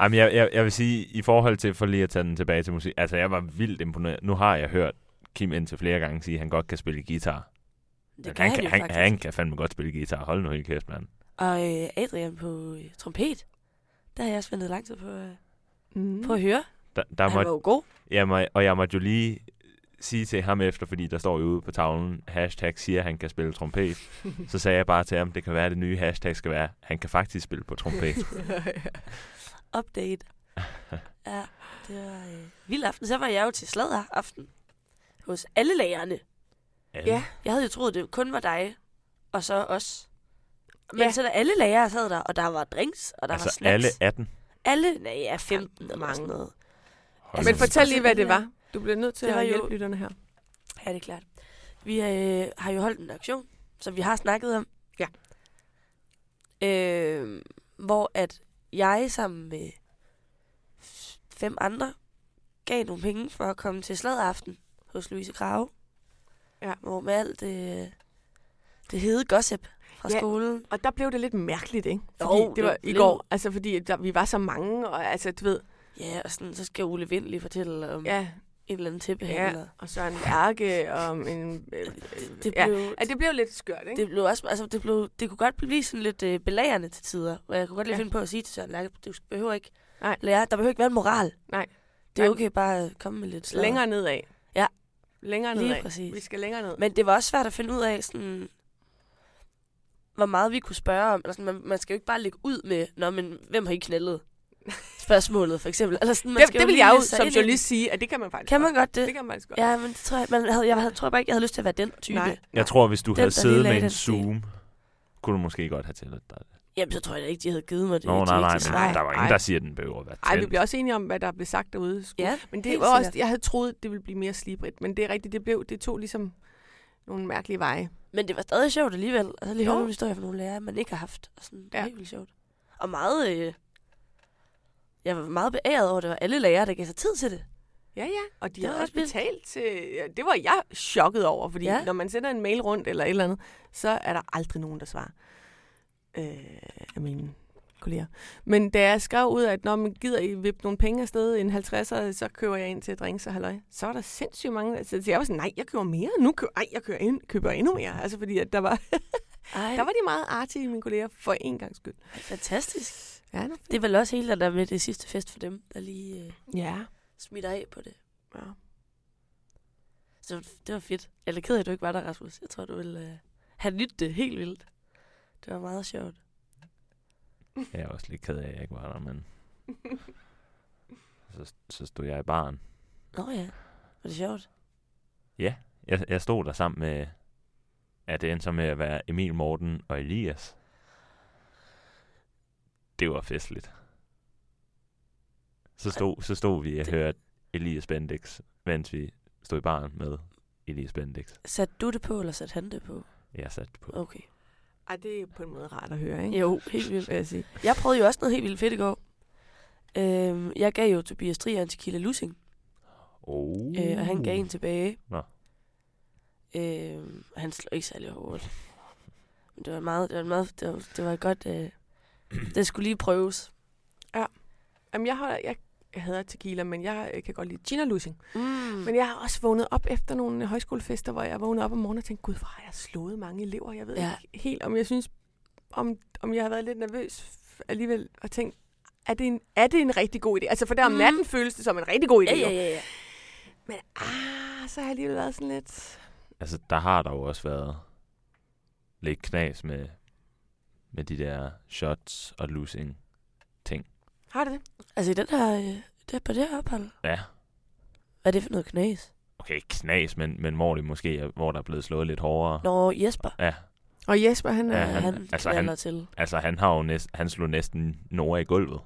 Speaker 1: Jamen, jeg, jeg, jeg vil sige, i forhold til, for lige at tage den tilbage til musik, altså jeg var vildt imponeret. Nu har jeg hørt Kim indtil flere gange sige, at han godt kan spille guitar. Altså,
Speaker 2: Det kan
Speaker 1: han,
Speaker 2: han, jo
Speaker 1: han,
Speaker 2: faktisk.
Speaker 1: han kan fandme godt spille guitar. Hold nu helt kæft, mand.
Speaker 2: Og øh, Adrian på øh, trompet, der har jeg også ventet lang tid på, øh,
Speaker 3: Mm.
Speaker 2: på at høre.
Speaker 1: der, der
Speaker 2: Han var
Speaker 1: måtte,
Speaker 2: jo god.
Speaker 1: jeg må, og jeg måtte jo lige sige til ham efter, fordi der står jo ude på tavlen, hashtag siger, at han kan spille trompet. Så sagde jeg bare til ham, det kan være, at det nye hashtag skal være, han kan faktisk spille på trompet.
Speaker 2: Update. ja, det var øh, vild aften. Så var jeg jo til sladder aften hos alle lærerne.
Speaker 3: Ja.
Speaker 2: Jeg havde jo troet, det kun var dig, og så os. Men
Speaker 3: Ja.
Speaker 2: ja. så der alle lærere sad der, og der var drinks, og der var
Speaker 1: altså
Speaker 2: snacks.
Speaker 1: alle Altså, 18.
Speaker 2: alle nej, ja, 15 og mange.
Speaker 3: mange.
Speaker 2: Noget.
Speaker 1: Hold
Speaker 3: Men
Speaker 1: nu.
Speaker 3: fortæl lige, hvad det var. Du bliver nødt til
Speaker 2: Det var
Speaker 3: at
Speaker 2: jo-
Speaker 3: hjælpe lytterne her.
Speaker 2: Ja, det er klart. Vi øh, har jo holdt en aktion, som vi har snakket om.
Speaker 3: Ja.
Speaker 2: Øh, hvor at jeg sammen med f- fem andre gav nogle penge for at komme til sladaften hos Louise Krave.
Speaker 3: Ja.
Speaker 2: Hvor med alt det, det hede gossip fra
Speaker 3: Ja.
Speaker 2: ja. skolen.
Speaker 3: Og der blev det lidt mærkeligt, ikke?
Speaker 2: Jo,
Speaker 3: Fordi det
Speaker 2: det
Speaker 3: var i
Speaker 2: blev-
Speaker 3: går, altså fordi der, vi var så mange, og altså, du ved,
Speaker 2: Ja, og sådan, så skal Ole Vind lige fortælle om ja.
Speaker 3: ja,
Speaker 2: en eller anden tilbehandler.
Speaker 3: ja
Speaker 2: Ja.
Speaker 3: og Søren Lærke, og en... Øh,
Speaker 2: Det,
Speaker 3: det
Speaker 2: det,
Speaker 3: ja.
Speaker 2: blev, ja.
Speaker 3: Ja, det blev lidt skørt, ikke?
Speaker 2: det blev også, altså det, blev, det kunne godt blive sådan lidt øh, belærende til tider, hvor jeg kunne godt lige
Speaker 3: Ja.
Speaker 2: ja. finde på at sige til Søren Lærke, du behøver ikke
Speaker 3: Nej.
Speaker 2: lære, der behøver ikke være en moral.
Speaker 3: Nej.
Speaker 2: Det er
Speaker 3: Nej.
Speaker 2: okay bare at komme med lidt
Speaker 3: Det
Speaker 2: slag.
Speaker 3: længere nedad.
Speaker 2: Ja.
Speaker 3: Længere
Speaker 2: Lige
Speaker 3: nedad.
Speaker 2: præcis.
Speaker 3: Vi skal længere ned.
Speaker 2: Men det var også svært at finde ud af, sådan, hvor meget vi kunne spørge om. Eller sådan, man, man skal jo ikke bare lægge ud med, Nå, men hvem har I knældet? Spørgsmålet for eksempel. Eller sådan, man
Speaker 3: det,
Speaker 2: skal
Speaker 3: det vil
Speaker 2: lige
Speaker 3: jeg jo
Speaker 2: læse sig
Speaker 3: som
Speaker 2: ind i det.
Speaker 3: journalist sige, at det kan man faktisk
Speaker 2: Kan man godt det?
Speaker 3: Det kan man faktisk godt.
Speaker 2: Ja, men det tror jeg, man havde, jeg havde, tror bare ikke, jeg havde lyst til at være den type.
Speaker 3: Nej.
Speaker 1: Jeg tror, hvis du
Speaker 2: Den,
Speaker 1: havde
Speaker 2: der lige
Speaker 1: siddet
Speaker 2: lagde
Speaker 1: med en
Speaker 2: den sten.
Speaker 1: Zoom, kunne du måske godt have tilladt dig det.
Speaker 2: Jamen, så tror jeg da ikke, de havde givet mig det.
Speaker 1: Nå,
Speaker 2: de
Speaker 1: nej, nej,
Speaker 2: ikke
Speaker 1: nej.
Speaker 2: nej.
Speaker 1: Der var ingen, der siger, at den behøver at være
Speaker 3: Ej, vi
Speaker 1: tændt.
Speaker 3: bliver også enige om, hvad der blev sagt derude.
Speaker 2: Ja,
Speaker 3: Men det
Speaker 2: helt
Speaker 3: var også,
Speaker 2: sikkert.
Speaker 3: jeg havde troet, det ville blive mere slibrigt, men det er rigtigt, det blev, det tog ligesom nogle mærkelige veje.
Speaker 2: Men det var stadig sjovt alligevel. Altså lige
Speaker 3: Jo.
Speaker 2: høre nogle historier fra nogle lærere, man ikke har haft. Og sådan, det var
Speaker 3: Ja.
Speaker 2: ja. helt vildt sjovt. Og meget... Øh, jeg var meget beæret over, at det var alle lærere, der gav sig tid til det.
Speaker 3: Ja, ja, og de
Speaker 2: Det
Speaker 3: har
Speaker 2: var
Speaker 3: også
Speaker 2: vildt.
Speaker 3: betalt til... Ja, det var jeg chokket over, fordi ja.
Speaker 2: Ja.
Speaker 3: når man sender en mail rundt eller et eller andet, så er der aldrig nogen, der svarer øh, af mine kolleger. Men da jeg skrev ud, at når man gider I vippe nogle penge afsted, en 50'er, så køber jeg ind til drinks og halløj, så er der sindssygt mange... altså, Så så jeg var sådan, nej, jeg køber mere, nu køber, ej, jeg køber, ind, køber endnu mere. Altså fordi, at der var,
Speaker 2: Ej,
Speaker 3: der var de meget artige, mine kolleger, for en gang skyld.
Speaker 2: fantastisk.
Speaker 3: Ja, det var fedt.
Speaker 2: Det er vel også hele der der med det sidste fest for dem, der lige øh,
Speaker 3: ja.
Speaker 2: smitter af på det.
Speaker 3: ja.
Speaker 2: Så det var fedt. Jeg er lidt ked af, at du ikke var der, Rasmus. Jeg tror, du ville øh, have nydt det helt vildt. Det var meget sjovt.
Speaker 1: Jeg er også lidt ked af, at jeg ikke var der, men så, så stod jeg i baren.
Speaker 2: Nå ja, var det sjovt.
Speaker 1: Jeg, jeg stod der sammen med, ja, det endte så med at være Emil Morten og Elias. Det var festligt. Så stod, så stod vi og
Speaker 2: Det-
Speaker 1: hørte Elias Bendix, mens vi stod i baren med Elias Bendix.
Speaker 2: Satte du det på, eller satte han det på?
Speaker 1: Jeg satte på.
Speaker 2: Okay.
Speaker 3: Ej, det er på en måde rart at høre, ikke?
Speaker 2: Jo, helt vildt.
Speaker 3: Vil jeg sige.
Speaker 2: Jeg prøvede jo også noget helt vildt fedt i går. Øhm, jeg gav jo Tobias Trier en tequila lussing,
Speaker 1: Oh.
Speaker 2: øh, og han gav en tilbage.
Speaker 1: Nå.
Speaker 2: Øhm, og han slog ikke særlig hårdt. Men det var meget, det var meget, det var, det var et godt, øh, det skulle lige prøves.
Speaker 3: Jamen, jeg, holder, jeg, jeg hader tequila, men jeg øh, kan godt lide gin og lusing.
Speaker 2: Mm.
Speaker 3: Men jeg har også vågnet op efter nogle øh, højskolefester, hvor jeg vågnede op om morgenen og tænkte, gud, hvor har jeg slået mange elever. Jeg ved ja.
Speaker 2: Ja.
Speaker 3: ikke helt, om jeg synes, om, om jeg har været lidt nervøs f- alligevel og tænkt, er det, en, er det en rigtig god idé? Altså, for der om
Speaker 2: Mm.
Speaker 3: natten føles det som en rigtig god idé.
Speaker 2: ja, ja,
Speaker 3: jo.
Speaker 2: ja, ja.
Speaker 3: Men ah, så har jeg alligevel været sådan lidt...
Speaker 1: Altså, der har der jo også været lidt knas med, med de der shots og losing.
Speaker 3: Har det det?
Speaker 2: Altså i den her, øh, der, på det her ophold,
Speaker 1: Ja,
Speaker 2: hvad er det for noget knas?
Speaker 1: okay, ikke knas, men, men hvor det måske er, hvor der er blevet slået lidt hårdere.
Speaker 2: Nå, Jesper,
Speaker 1: Ja,
Speaker 3: Og Jesper, han er...
Speaker 1: Ja,
Speaker 2: ja,
Speaker 1: han-
Speaker 2: han,
Speaker 1: altså,
Speaker 2: altså,
Speaker 1: han-
Speaker 2: til.
Speaker 1: altså han har jo næst, han slog næsten Nora i gulvet.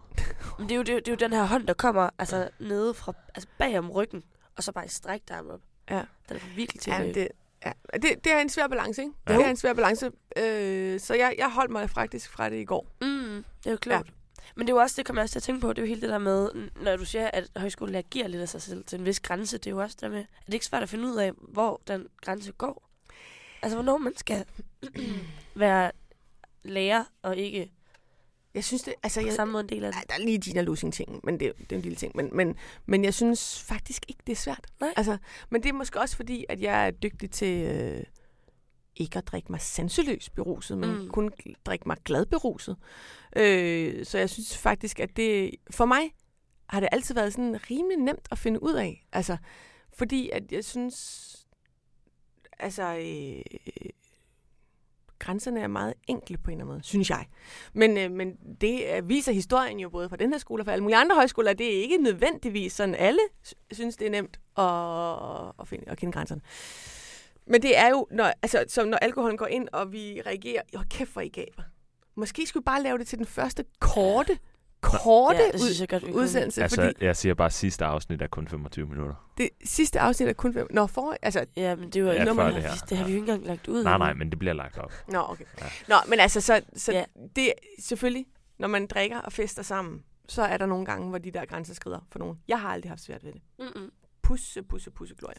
Speaker 2: Men det er, jo, det, er jo, det er jo den her hånd, der kommer altså, nede fra, altså bag om ryggen, og så bare en strækdarm op.
Speaker 3: Ja.
Speaker 2: Den er virkelig til.
Speaker 3: Ja, men det, ja. Det, det er en svær balance, ikke?
Speaker 1: Jo.
Speaker 3: Det er en svær balance. Øh, så jeg, jeg holdt mig faktisk fra det i går.
Speaker 2: Mm, det er jo klogt. Ja. Men det er jo også, det kommer jeg også til at tænke på, det er jo hele det der med, n- når du siger, at højskolelærer giver lidt af sig selv til en vis grænse, det er jo også der med, er det ikke svært at finde ud af, hvor den grænse går? Altså, hvornår man skal være lærer og ikke
Speaker 3: Jeg synes det, altså
Speaker 2: på
Speaker 3: jeg,
Speaker 2: samme måde en del af det.
Speaker 3: Ej, der er lige Gina Losing ting, men det, det er en lille ting. Men, men, men jeg synes faktisk ikke, det er svært.
Speaker 2: Nej.
Speaker 3: Altså, men det er måske også fordi, at jeg er dygtig til øh, ikke at drikke mig sanseløs beruset, men mm.
Speaker 2: Mm.
Speaker 3: kun gl- drikke mig glad beruset. Øh, så jeg synes faktisk, at det for mig har det altid været sådan rimelig nemt at finde ud af. Altså, fordi at jeg synes, altså, øh, grænserne er meget enkle på en eller anden måde, synes jeg. Men, øh, men det øh, viser historien jo både fra den her skole og fra alle mulige andre højskoler, at det er ikke nødvendigvis sådan, alle sy- synes, det er nemt at, at, finde, at kende grænserne. Men det er jo, når, altså, som når alkoholen går ind, og vi reagerer, jo kæft, hvor I gaber. Måske skulle vi bare lave det til den første korte, korte
Speaker 2: ja,
Speaker 3: ja,
Speaker 2: det synes
Speaker 3: ud,
Speaker 2: jeg godt, vi kunne.
Speaker 3: udsendelse, altså,
Speaker 1: Altså,
Speaker 3: fordi
Speaker 1: jeg siger bare, at sidste afsnit er kun 25 minutter.
Speaker 3: det sidste afsnit er kun... Når for, altså,
Speaker 2: Ja, men det var
Speaker 1: Ja,
Speaker 2: ikke
Speaker 1: før
Speaker 2: nummer, det
Speaker 1: det her.
Speaker 2: her. Det har vi jo ikke engang lagt ud.
Speaker 1: Nej,
Speaker 2: endnu.
Speaker 1: nej, men det bliver lagt op.
Speaker 3: Nå, okay.
Speaker 1: Ja.
Speaker 3: Ja. Nå, men altså, så, så
Speaker 2: Ja.
Speaker 3: ja. det selvfølgelig, når man drikker og fester sammen, så er der nogle gange, hvor de der grænser skrider for nogen. Jeg har aldrig haft svært ved det.
Speaker 2: Mm-mm.
Speaker 3: Pusse, pusse, pusse, glorie.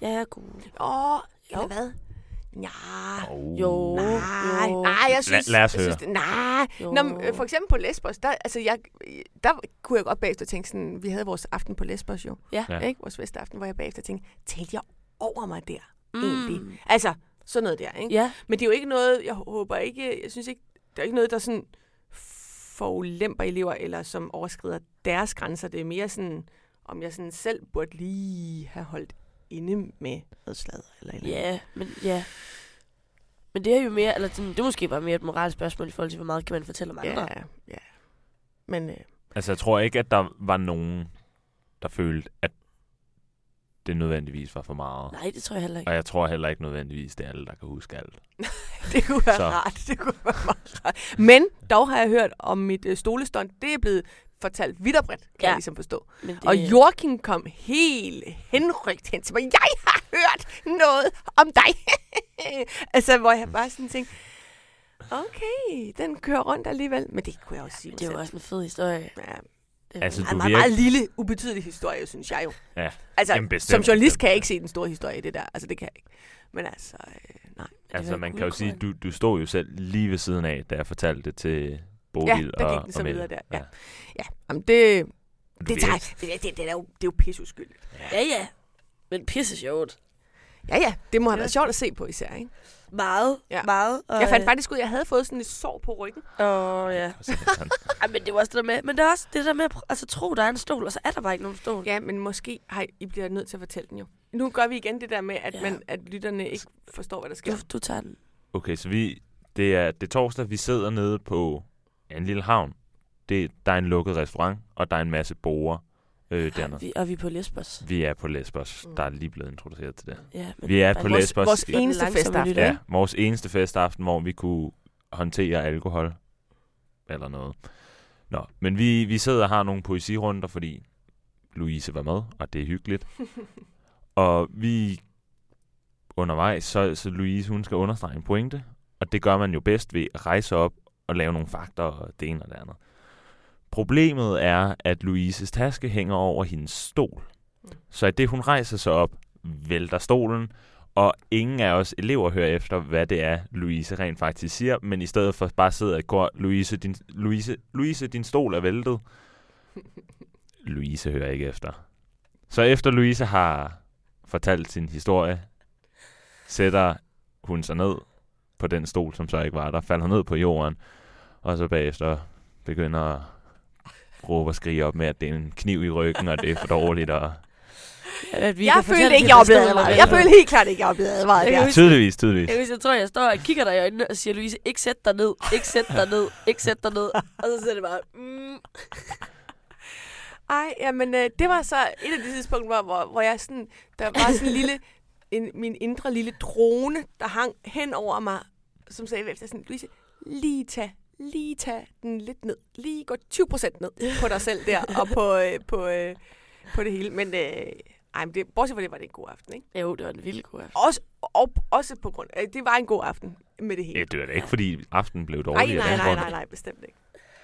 Speaker 2: Ja, jeg er god.
Speaker 3: Åh, eller
Speaker 2: Jo.
Speaker 3: hvad? Ja.
Speaker 1: Oh.
Speaker 2: Ah, Jo.
Speaker 3: Nej,
Speaker 2: jo.
Speaker 3: nej, jeg synes...
Speaker 1: lad os
Speaker 3: jeg synes, det, nej.
Speaker 2: Jo.
Speaker 3: Nå, men, øh, for eksempel på Lesbos, der, altså, jeg, der kunne jeg godt bagefter tænke sådan, vi havde vores aften på Lesbos jo,
Speaker 2: Ja.
Speaker 1: Ja.
Speaker 3: ikke? Vores festaften, hvor jeg bagefter tænkte, talte jeg over mig der,
Speaker 2: Mm.
Speaker 3: egentlig? Altså, sådan noget der, ikke?
Speaker 2: Ja,
Speaker 3: Men det er jo ikke noget, jeg håber ikke, jeg synes ikke, der er ikke noget, der sådan forulemper elever, eller som overskrider deres grænser. Det er mere sådan, om jeg sådan selv burde lige have holdt inde med noget sladder eller eller andet.
Speaker 2: ja, men ja. Men det er jo mere, eller sådan, det er måske bare mere et moralsk spørgsmål i forhold til, hvor meget kan man fortælle om andre.
Speaker 3: ja, ja. Men øh,
Speaker 1: Altså, jeg tror ikke, at der var nogen, der følte, at det nødvendigvis var for meget.
Speaker 2: Nej, det tror jeg heller ikke.
Speaker 1: Og jeg tror heller ikke nødvendigvis, det er alle, der kan huske alt.
Speaker 3: det kunne være
Speaker 1: Så.
Speaker 3: så. rart. Det kunne være meget rart. Men dog har jeg hørt om mit øh, stolestånd. Det er blevet fortalt vidt og bredt, kan
Speaker 2: Ja.
Speaker 3: ja. jeg ligesom forstå.
Speaker 2: Men det,
Speaker 3: Og Jorkin kom helt henrygt hen til mig. Jeg har hørt noget om dig. altså, hvor jeg bare sådan tænkte, okay, den kører rundt alligevel. Men det kunne jeg også sige mig
Speaker 2: det er jo
Speaker 3: selv.
Speaker 2: også en fed historie. Det
Speaker 3: Ja,
Speaker 2: er
Speaker 1: Altså,
Speaker 2: jo-
Speaker 1: du
Speaker 3: en meget,
Speaker 1: virker-
Speaker 3: meget lille, ubetydelig historie, synes jeg jo.
Speaker 1: Ja,
Speaker 3: Altså,
Speaker 1: jamen bestemt,
Speaker 3: som journalist
Speaker 1: bestemt,
Speaker 3: kan jeg
Speaker 1: ja.
Speaker 3: ikke se den store historie i det der. Altså, det kan jeg ikke. Men altså, øh, nej.
Speaker 2: det
Speaker 1: altså
Speaker 2: var
Speaker 1: man
Speaker 2: en
Speaker 1: kan jo sige, du, du stod jo selv lige ved siden af, da jeg fortalte det til
Speaker 3: Ja,
Speaker 1: Bodil
Speaker 3: der
Speaker 1: og,
Speaker 3: gik den så
Speaker 1: og Mette.
Speaker 3: videre der. Ja, ja. Jamen, det,
Speaker 1: Du
Speaker 3: det,
Speaker 1: ved
Speaker 3: tager,
Speaker 1: ikke.
Speaker 3: det, det, det, er jo, det er jo pisseuskyldigt.
Speaker 2: Ja, ja. Men pisse sjovt.
Speaker 3: Ja, ja. Det må have
Speaker 2: Ja.
Speaker 3: været sjovt at se på især, ikke?
Speaker 2: Meget, ja.
Speaker 3: Ja.
Speaker 2: meget. Og, øh,
Speaker 3: Jeg fandt faktisk ud, at jeg havde fået sådan et sår på ryggen.
Speaker 2: Åh, ja.
Speaker 1: Og så er det sådan.
Speaker 2: Ej, men det var også det der med, men det er også det der med at pr- altså, tro, der er en stol, og så er der bare ikke nogen stol.
Speaker 3: Ja, men måske har I bliver nødt til at fortælle den jo. Nu gør vi igen det der med, at,
Speaker 2: Ja.
Speaker 3: ja. man, at lytterne ikke forstår, hvad der sker.
Speaker 2: Du, du tager den.
Speaker 1: Okay, så vi, det, er, det er torsdag, vi sidder nede på en lille havn. Det, der er en lukket restaurant, og der er en masse borer øh, dernede.
Speaker 2: Vi, og vi er på Lesbos.
Speaker 1: Vi er på Lesbos,
Speaker 3: Mm.
Speaker 1: der er lige blevet introduceret til det.
Speaker 2: Ja, men
Speaker 1: Vi er på
Speaker 2: vores-
Speaker 1: Lesbos.
Speaker 3: vores
Speaker 1: i-
Speaker 3: eneste
Speaker 2: Langsomme
Speaker 3: festaften.
Speaker 2: lytter,
Speaker 1: Ja,
Speaker 2: ikke?
Speaker 1: vores eneste festaften, hvor vi kunne håndtere alkohol eller noget. Nå, men vi, vi sidder og har nogle poesirunder, fordi Louise var med, og det er hyggeligt. og vi undervejs, så, så Louise, hun skal understrege en pointe, og det gør man jo bedst ved at rejse op og lave nogle fakta og det ene og det andet. Problemet er, at Louises taske hænger over hendes stol. Så at det, hun rejser sig op, vælter stolen, og ingen af os elever hører efter, hvad det er, Louise rent faktisk siger, men i stedet for bare sidder og går, Louise din, Louise, Louise, din stol er væltet. Louise hører ikke efter. Så efter Louise har fortalt sin historie, sætter hun sig ned på den stol, som så ikke var der, falder ned på jorden, og så bagefter begynder at råbe og skrige op med, at det er en kniv i ryggen, og det er for dårligt, og
Speaker 2: At vi
Speaker 3: Jeg
Speaker 2: kan
Speaker 3: følte
Speaker 2: fortælle,
Speaker 3: ikke, jeg var
Speaker 2: at vi
Speaker 3: blevet
Speaker 2: har stået
Speaker 3: advaret.
Speaker 2: der.
Speaker 3: Jeg følte helt klart ikke, jeg var blevet advaret.
Speaker 2: Jeg
Speaker 3: der.
Speaker 2: kan huske-
Speaker 1: tydeligvis, tydeligvis.
Speaker 2: Jeg, husker, jeg tror, jeg står og kigger dig i øjnene og siger, Louise, ikke sæt dig ned, ikke sæt dig ned, ikke sæt dig ned. Og så siger det bare, mm,
Speaker 3: Ej, jamen, øh, det var så et af de tidspunkter, hvor, hvor, hvor jeg sådan, der var sådan en lille, en, min indre lille drone, der hang hen over mig, som sagde efter sådan, Louise, lige tag, lige tag den lidt ned. Lige gå 20 procent ned på dig selv der, og på, øh, på, øh, på det hele. Men, øh, ej, men det, bortset fra det, var det en god aften, ikke?
Speaker 2: jo, det var en vild god aften.
Speaker 3: Også, og, også på grund af, det var en god aften med det hele.
Speaker 1: Ja, det var da ikke, fordi aftenen blev
Speaker 3: Ej,
Speaker 1: dårlig. af
Speaker 3: nej,
Speaker 1: den
Speaker 3: nej,
Speaker 1: grund.
Speaker 3: nej, nej, bestemt ikke.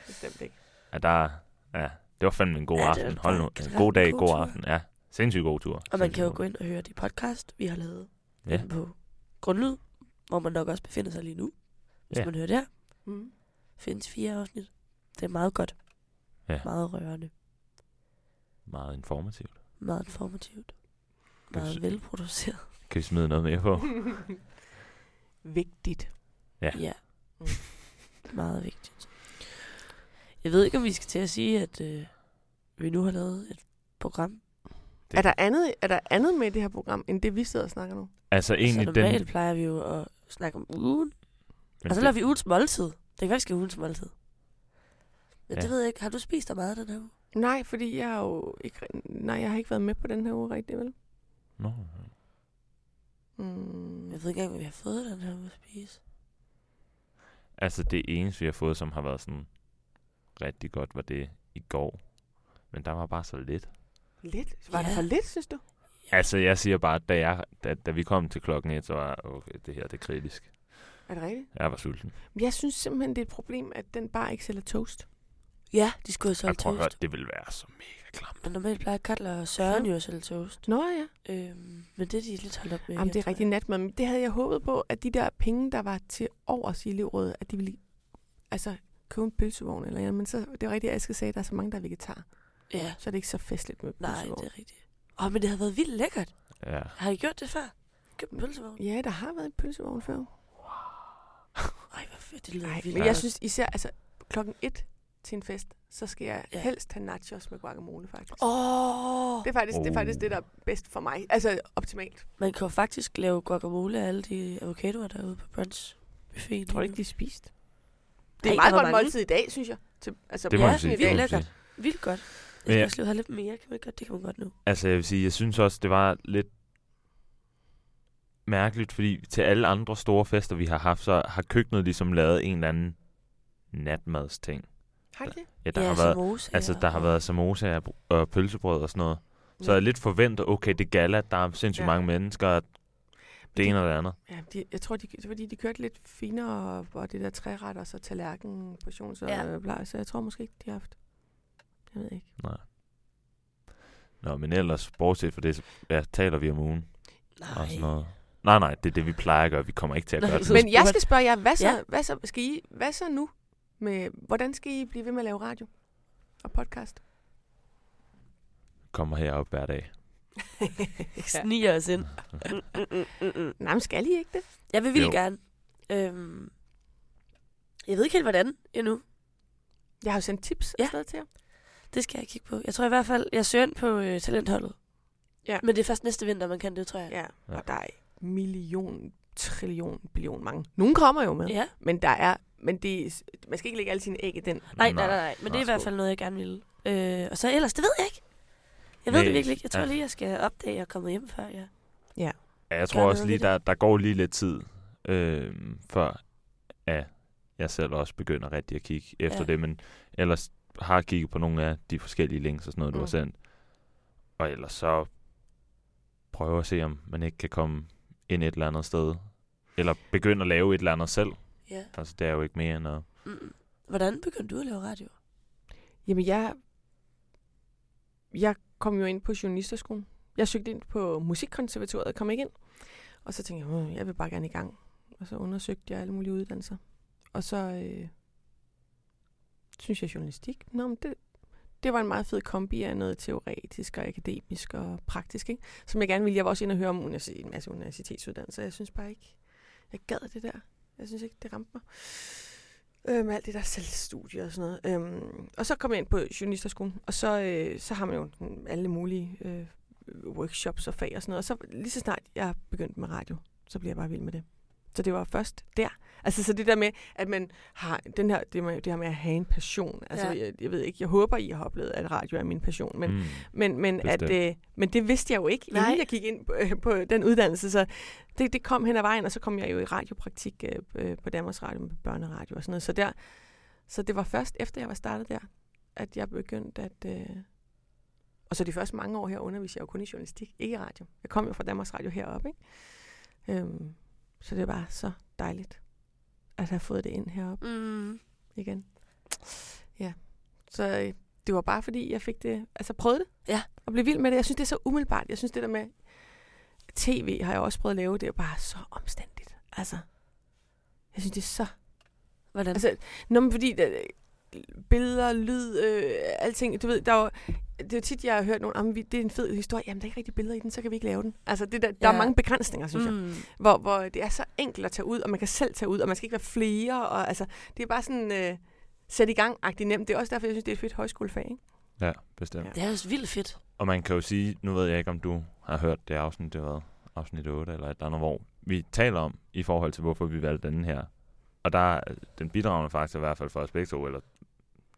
Speaker 3: Bestemt ikke.
Speaker 1: Ja, der, ja, det var fandme en god
Speaker 2: Ja, det
Speaker 1: ja,
Speaker 2: var
Speaker 1: aften.
Speaker 2: bare
Speaker 1: Hold nu.
Speaker 2: generelt
Speaker 1: en God dag,
Speaker 2: en
Speaker 1: god,
Speaker 2: god
Speaker 1: god
Speaker 2: tur.
Speaker 1: aften. Ja, sindssygt god tur.
Speaker 2: Og man
Speaker 1: Sindssygt
Speaker 2: kan jo
Speaker 1: god.
Speaker 2: gå ind og høre de podcast, vi har lavet
Speaker 1: Ja.
Speaker 2: inde på Grundlyd, hvor man nok også befinder sig lige nu, hvis
Speaker 1: Ja.
Speaker 2: ja. man hører der.
Speaker 3: Mm.
Speaker 2: findes fire afsnit. Det er meget godt.
Speaker 1: Ja.
Speaker 2: Meget rørende.
Speaker 1: Meget informativt.
Speaker 2: Meget informativt.
Speaker 1: Kan vi,
Speaker 2: Meget
Speaker 1: s-
Speaker 2: velproduceret.
Speaker 1: kan vi smide noget mere på?
Speaker 3: Vigtigt.
Speaker 1: Ja.
Speaker 2: Ja.
Speaker 3: Mm.
Speaker 2: Meget vigtigt. Jeg ved ikke, om vi skal til at sige, at øh, vi nu har lavet et program.
Speaker 1: Det-
Speaker 3: Er der, andet, er der andet med i det her program, end det vi sidder og snakker nu?
Speaker 1: Altså egentlig
Speaker 2: så
Speaker 1: den...
Speaker 2: normalt plejer vi jo at snakke om ugen.
Speaker 1: men
Speaker 2: Og så
Speaker 1: det-
Speaker 2: laver vi ugens måltid. Det kan være, vi skal have ugens måltid. Men ja.
Speaker 1: Ja.
Speaker 2: det ved jeg ikke. Har du spist dig meget den her uge?
Speaker 3: Nej, fordi jeg har jo ikke, ri- nej, jeg har ikke været med på den her uge rigtig, vel?
Speaker 1: Nå.
Speaker 3: Mm.
Speaker 2: Jeg ved ikke engang, hvad vi har fået den her uge at spise.
Speaker 1: Altså det eneste, vi har fået, som har været sådan rigtig godt, var det i går. Men der var bare så lidt.
Speaker 3: Lidt? Var ja.
Speaker 2: Ja.
Speaker 3: det for lidt, synes du?
Speaker 1: Altså jeg siger bare, da, jeg, da, da vi kom til klokken et, så var jeg, okay, det her det er kritisk.
Speaker 3: Er det rigtigt?
Speaker 1: Jeg var sulten.
Speaker 3: Men Jeg synes simpelthen, det er et problem, at den bare ikke sælger toast.
Speaker 2: Ja, de skulle have
Speaker 1: Jeg
Speaker 2: solgt
Speaker 1: tror
Speaker 2: toast.
Speaker 1: godt, det ville være så mega klamt.
Speaker 2: Men normalt plejer Katler og Søren jo at sælge toast.
Speaker 3: Nå ja,
Speaker 2: Øhm, men det er de lidt holdt op med.
Speaker 3: Jamen,
Speaker 2: igen,
Speaker 3: det er
Speaker 2: tror
Speaker 3: rigtig
Speaker 2: jeg.
Speaker 3: natmad. Men det havde jeg håbet på, at de der penge, der var til overs i elevrådet, at de ville altså, købe en pølsevogn eller andet. Men så, det er jo rigtigt, at Aske sagde, at der er så mange, der er vegetar.
Speaker 2: Ja,
Speaker 3: Så er det ikke så festligt med
Speaker 2: nej,
Speaker 3: pølsevogn.
Speaker 2: det er rigtigt. Åh, oh, men det har været vildt lækkert.
Speaker 1: Ja.
Speaker 2: Har I gjort det før? Købt en pølsevogn?
Speaker 3: Ja, der har været en pølsevogn før.
Speaker 2: Ej, hvor fedt, det lyder
Speaker 3: Nej,
Speaker 2: vildt.
Speaker 3: men
Speaker 1: Ja.
Speaker 3: jeg synes især, altså klokken et til en fest, så skal jeg
Speaker 2: Ja.
Speaker 3: ja. helst have nachos med guacamole, faktisk.
Speaker 2: Åh, oh,
Speaker 3: Det er faktisk, oh. det er faktisk
Speaker 1: Oh.
Speaker 3: det, der er bedst for mig. Altså optimalt.
Speaker 2: man kan jo faktisk lave guacamole af alle de avocadoer derude på brunch. Buffeten.
Speaker 3: de er spist?
Speaker 2: Ej, der
Speaker 3: Det er et meget
Speaker 2: var
Speaker 3: godt
Speaker 2: mange.
Speaker 3: måltid i dag, synes jeg. Til, altså,
Speaker 1: Det må
Speaker 2: Ja,
Speaker 1: man sige.
Speaker 2: det
Speaker 1: Det
Speaker 2: er
Speaker 1: må man
Speaker 2: lækkert.
Speaker 1: sige.
Speaker 2: Vildt godt. Jeg
Speaker 1: Men
Speaker 2: skal
Speaker 1: jeg-
Speaker 2: også lige have lidt mere. Kan man ikke godt? Det kan man godt nu.
Speaker 1: Altså, jeg vil sige, jeg synes også, det var lidt mærkeligt, fordi til alle andre store fester, vi har haft, så har køkkenet ligesom lavet en eller anden natmadsting.
Speaker 3: Har de det?
Speaker 1: Ja, der, ja, har, været,
Speaker 2: samosa,
Speaker 1: altså, der har
Speaker 2: og-
Speaker 1: været samosa og- og pølsebrød og sådan noget. Så jeg lidt forventer, okay, det er gala, der er sindssygt
Speaker 3: Ja.
Speaker 1: ja. mange mennesker, og det
Speaker 3: de-
Speaker 1: ene og det andet.
Speaker 3: Ja, de, jeg tror, de, det var fordi, de kørte lidt finere, og det der træret og så tallerken, portions og
Speaker 2: Ja.
Speaker 3: ja. bla, så jeg tror måske ikke, de har haft. Jeg ved ikke.
Speaker 1: Nej. Nå, men ellers, bortset fra det, så ja, taler vi om ugen
Speaker 2: Nej.
Speaker 1: og sådan noget. Nej, nej, det er det, vi plejer at gøre. Vi kommer ikke til at
Speaker 2: Nej,
Speaker 1: gøre det.
Speaker 2: så-
Speaker 1: nu.
Speaker 3: Men jeg skal spørge jer, hvad så,
Speaker 2: Ja.
Speaker 3: ja. hvad så, skal I, hvad så nu? Med, hvordan skal I blive ved med at lave radio og podcast?
Speaker 1: Kommer herop hver dag.
Speaker 2: Sniger os ind. Mm,
Speaker 3: Nej, men skal I ikke det?
Speaker 2: Jeg vil vildt
Speaker 1: Jo.
Speaker 2: gerne. Øhm, jeg ved ikke helt, hvordan endnu.
Speaker 3: Jeg har jo sendt tips
Speaker 2: Ja.
Speaker 3: ja. afsted til jer.
Speaker 2: Det skal jeg kigge på. Jeg tror i hvert fald, jeg søger ind på øh, talentholdet.
Speaker 3: Ja.
Speaker 2: Men det er først næste vinter, man kan det, tror jeg.
Speaker 3: Ja,
Speaker 1: Ja.
Speaker 3: og der er million, trillion, billion mange. Nogle kommer jo med, ja.
Speaker 2: ja.
Speaker 3: men der er, men det, er- man skal ikke lægge alle sine æg i den.
Speaker 2: Nej, nej, nej, nej. Men det er i
Speaker 1: nej.
Speaker 2: hvert fald noget, jeg gerne vil. Øh, og så ellers, det ved jeg ikke. Jeg ved
Speaker 1: Nej,
Speaker 2: det virkelig ikke. Jeg tror
Speaker 1: ja.
Speaker 2: lige, jeg skal opdage, at jeg er kommet hjem før. Ja.
Speaker 1: Ja, jeg
Speaker 2: Gør
Speaker 1: tror også
Speaker 2: noget
Speaker 1: lige,
Speaker 2: ved det.
Speaker 1: der, der går lige lidt tid, øh, før ja, jeg selv også begynder rigtig at kigge efter
Speaker 2: Ja.
Speaker 1: ja. det, men ellers har kigget på nogle af de forskellige links og sådan noget, du
Speaker 3: Mm.
Speaker 1: har sendt. Og ellers så prøver at se, om man ikke kan komme ind et eller andet sted, eller begynde at lave et eller andet selv.
Speaker 2: ja.
Speaker 1: Altså, det er jo ikke mere end at...
Speaker 2: Mm. Hvordan begyndte du at lave radio?
Speaker 3: Jamen, jeg, jeg kom jo ind på journalisterskolen. Jeg søgte ind på musikkonservatoriet og kom ikke ind. Og så tænkte jeg, "Hmm, jeg vil bare gerne i gang. Og så undersøgte jeg alle mulige uddannelser. Og så øh, synes jeg journalistik. Nå, men det, det var en meget fed kombi af noget teoretisk og akademisk og praktisk, ikke? som jeg gerne ville. Jeg var også inde og høre om universi- en masse universitetsuddannelser. Jeg synes bare ikke, jeg gad det der. Jeg synes ikke, det ramte mig. Øh, med alt det der selvstudie og sådan noget. Øhm, og så kom jeg ind på journalisterskolen, og så, øh, så har man jo sådan alle mulige øh, workshops og fag og sådan noget. Og så lige så snart jeg begyndte med radio, så blev jeg bare vild med det. Så det var først der. Altså så det der med, at man har den her, det, med, det her med at have en passion. Altså
Speaker 2: Ja.
Speaker 3: jeg, jeg ved ikke, jeg håber, I har oplevet, at radio er min passion, men
Speaker 1: mm,
Speaker 3: men, men, at,
Speaker 1: Bestemt.
Speaker 3: øh, men det vidste jeg jo ikke, inden
Speaker 2: Nej.
Speaker 3: jeg gik ind på, øh, på den uddannelse. Så det, det kom hen ad vejen, og så kom jeg jo i radiopraktik øh, øh, på Danmarks Radio med børneradio og sådan noget. Så, der, så det var først efter, jeg var startet der, at jeg begyndte at... Øh, og så de første mange år her underviste jeg jo kun i journalistik, ikke i radio. Jeg kom jo fra Danmarks Radio heroppe, ikke? Øhm, så det var så dejligt at have fået det ind heroppe
Speaker 2: Mm.
Speaker 3: igen. Ja, så øh, det var bare fordi, jeg fik det, altså prøvede det.
Speaker 2: Ja.
Speaker 3: Og blev vild med det. Jeg synes, det er så umiddelbart. Jeg synes, det der med tv har jeg også prøvet at lave. Det er jo bare så omstændigt. Altså, jeg synes, det er så...
Speaker 2: Hvordan? Altså,
Speaker 3: Altså, nå, men fordi øh, billeder, lyd, øh, alting, du ved, der er jo, det er jo tit, jeg har hørt nogle, "Ah, men vi- det er en fed historie, jamen der er ikke rigtig billeder i den, så kan vi ikke lave den. Altså, det der, der
Speaker 2: Ja.
Speaker 3: er mange begrænsninger, synes jeg
Speaker 2: mm.
Speaker 3: hvor, hvor det er så enkelt at tage ud, og man kan selv tage ud, og man skal ikke være flere, og altså, det er bare sådan øh, sæt i gang-agtigt nemt. Det er også derfor, jeg synes, det er et fedt højskolefag, ikke?
Speaker 1: Ja, bestemt.
Speaker 3: Ja.
Speaker 1: Ja.
Speaker 2: Det er også vildt fedt.
Speaker 1: Og man kan jo sige, nu ved jeg ikke, om du har hørt det afsnit, det var afsnit 8 eller et eller andet, hvor vi taler om i forhold til, hvorfor vi valgte den her. Og der er den bidragende faktor i hvert fald for os begge to, eller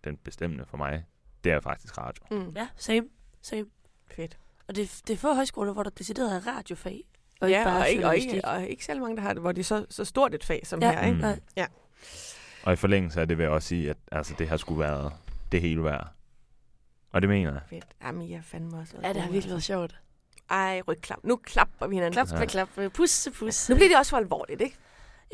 Speaker 1: den bestemmende for mig, det er faktisk radio.
Speaker 3: Mm.
Speaker 2: Ja, same. Same.
Speaker 3: Fedt.
Speaker 2: Og det, det er få højskoler, hvor der decideret er radiofag.
Speaker 3: Og ja, og, ikke, og,
Speaker 2: journalistik.
Speaker 3: ikke, og ikke særlig mange, der har det, hvor det er så, så stort et fag som
Speaker 2: Ja.
Speaker 3: her, ikke?
Speaker 2: Mm. Nej.
Speaker 3: Ja.
Speaker 1: Og i forlængelse af det vil jeg også sige, at altså, det har skulle været det hele værd. Og det mener jeg.
Speaker 3: Fedt. Jamen, jeg fandme også været
Speaker 2: Mm. Ja, det har
Speaker 3: gode,
Speaker 2: virkelig
Speaker 3: altså.
Speaker 2: været sjovt.
Speaker 3: Ej, rygklap. Nu klapper vi hinanden.
Speaker 2: Klap,
Speaker 1: Ja.
Speaker 2: klap, klap. Pus til pus.
Speaker 3: Nu bliver det også for alvorligt, ikke?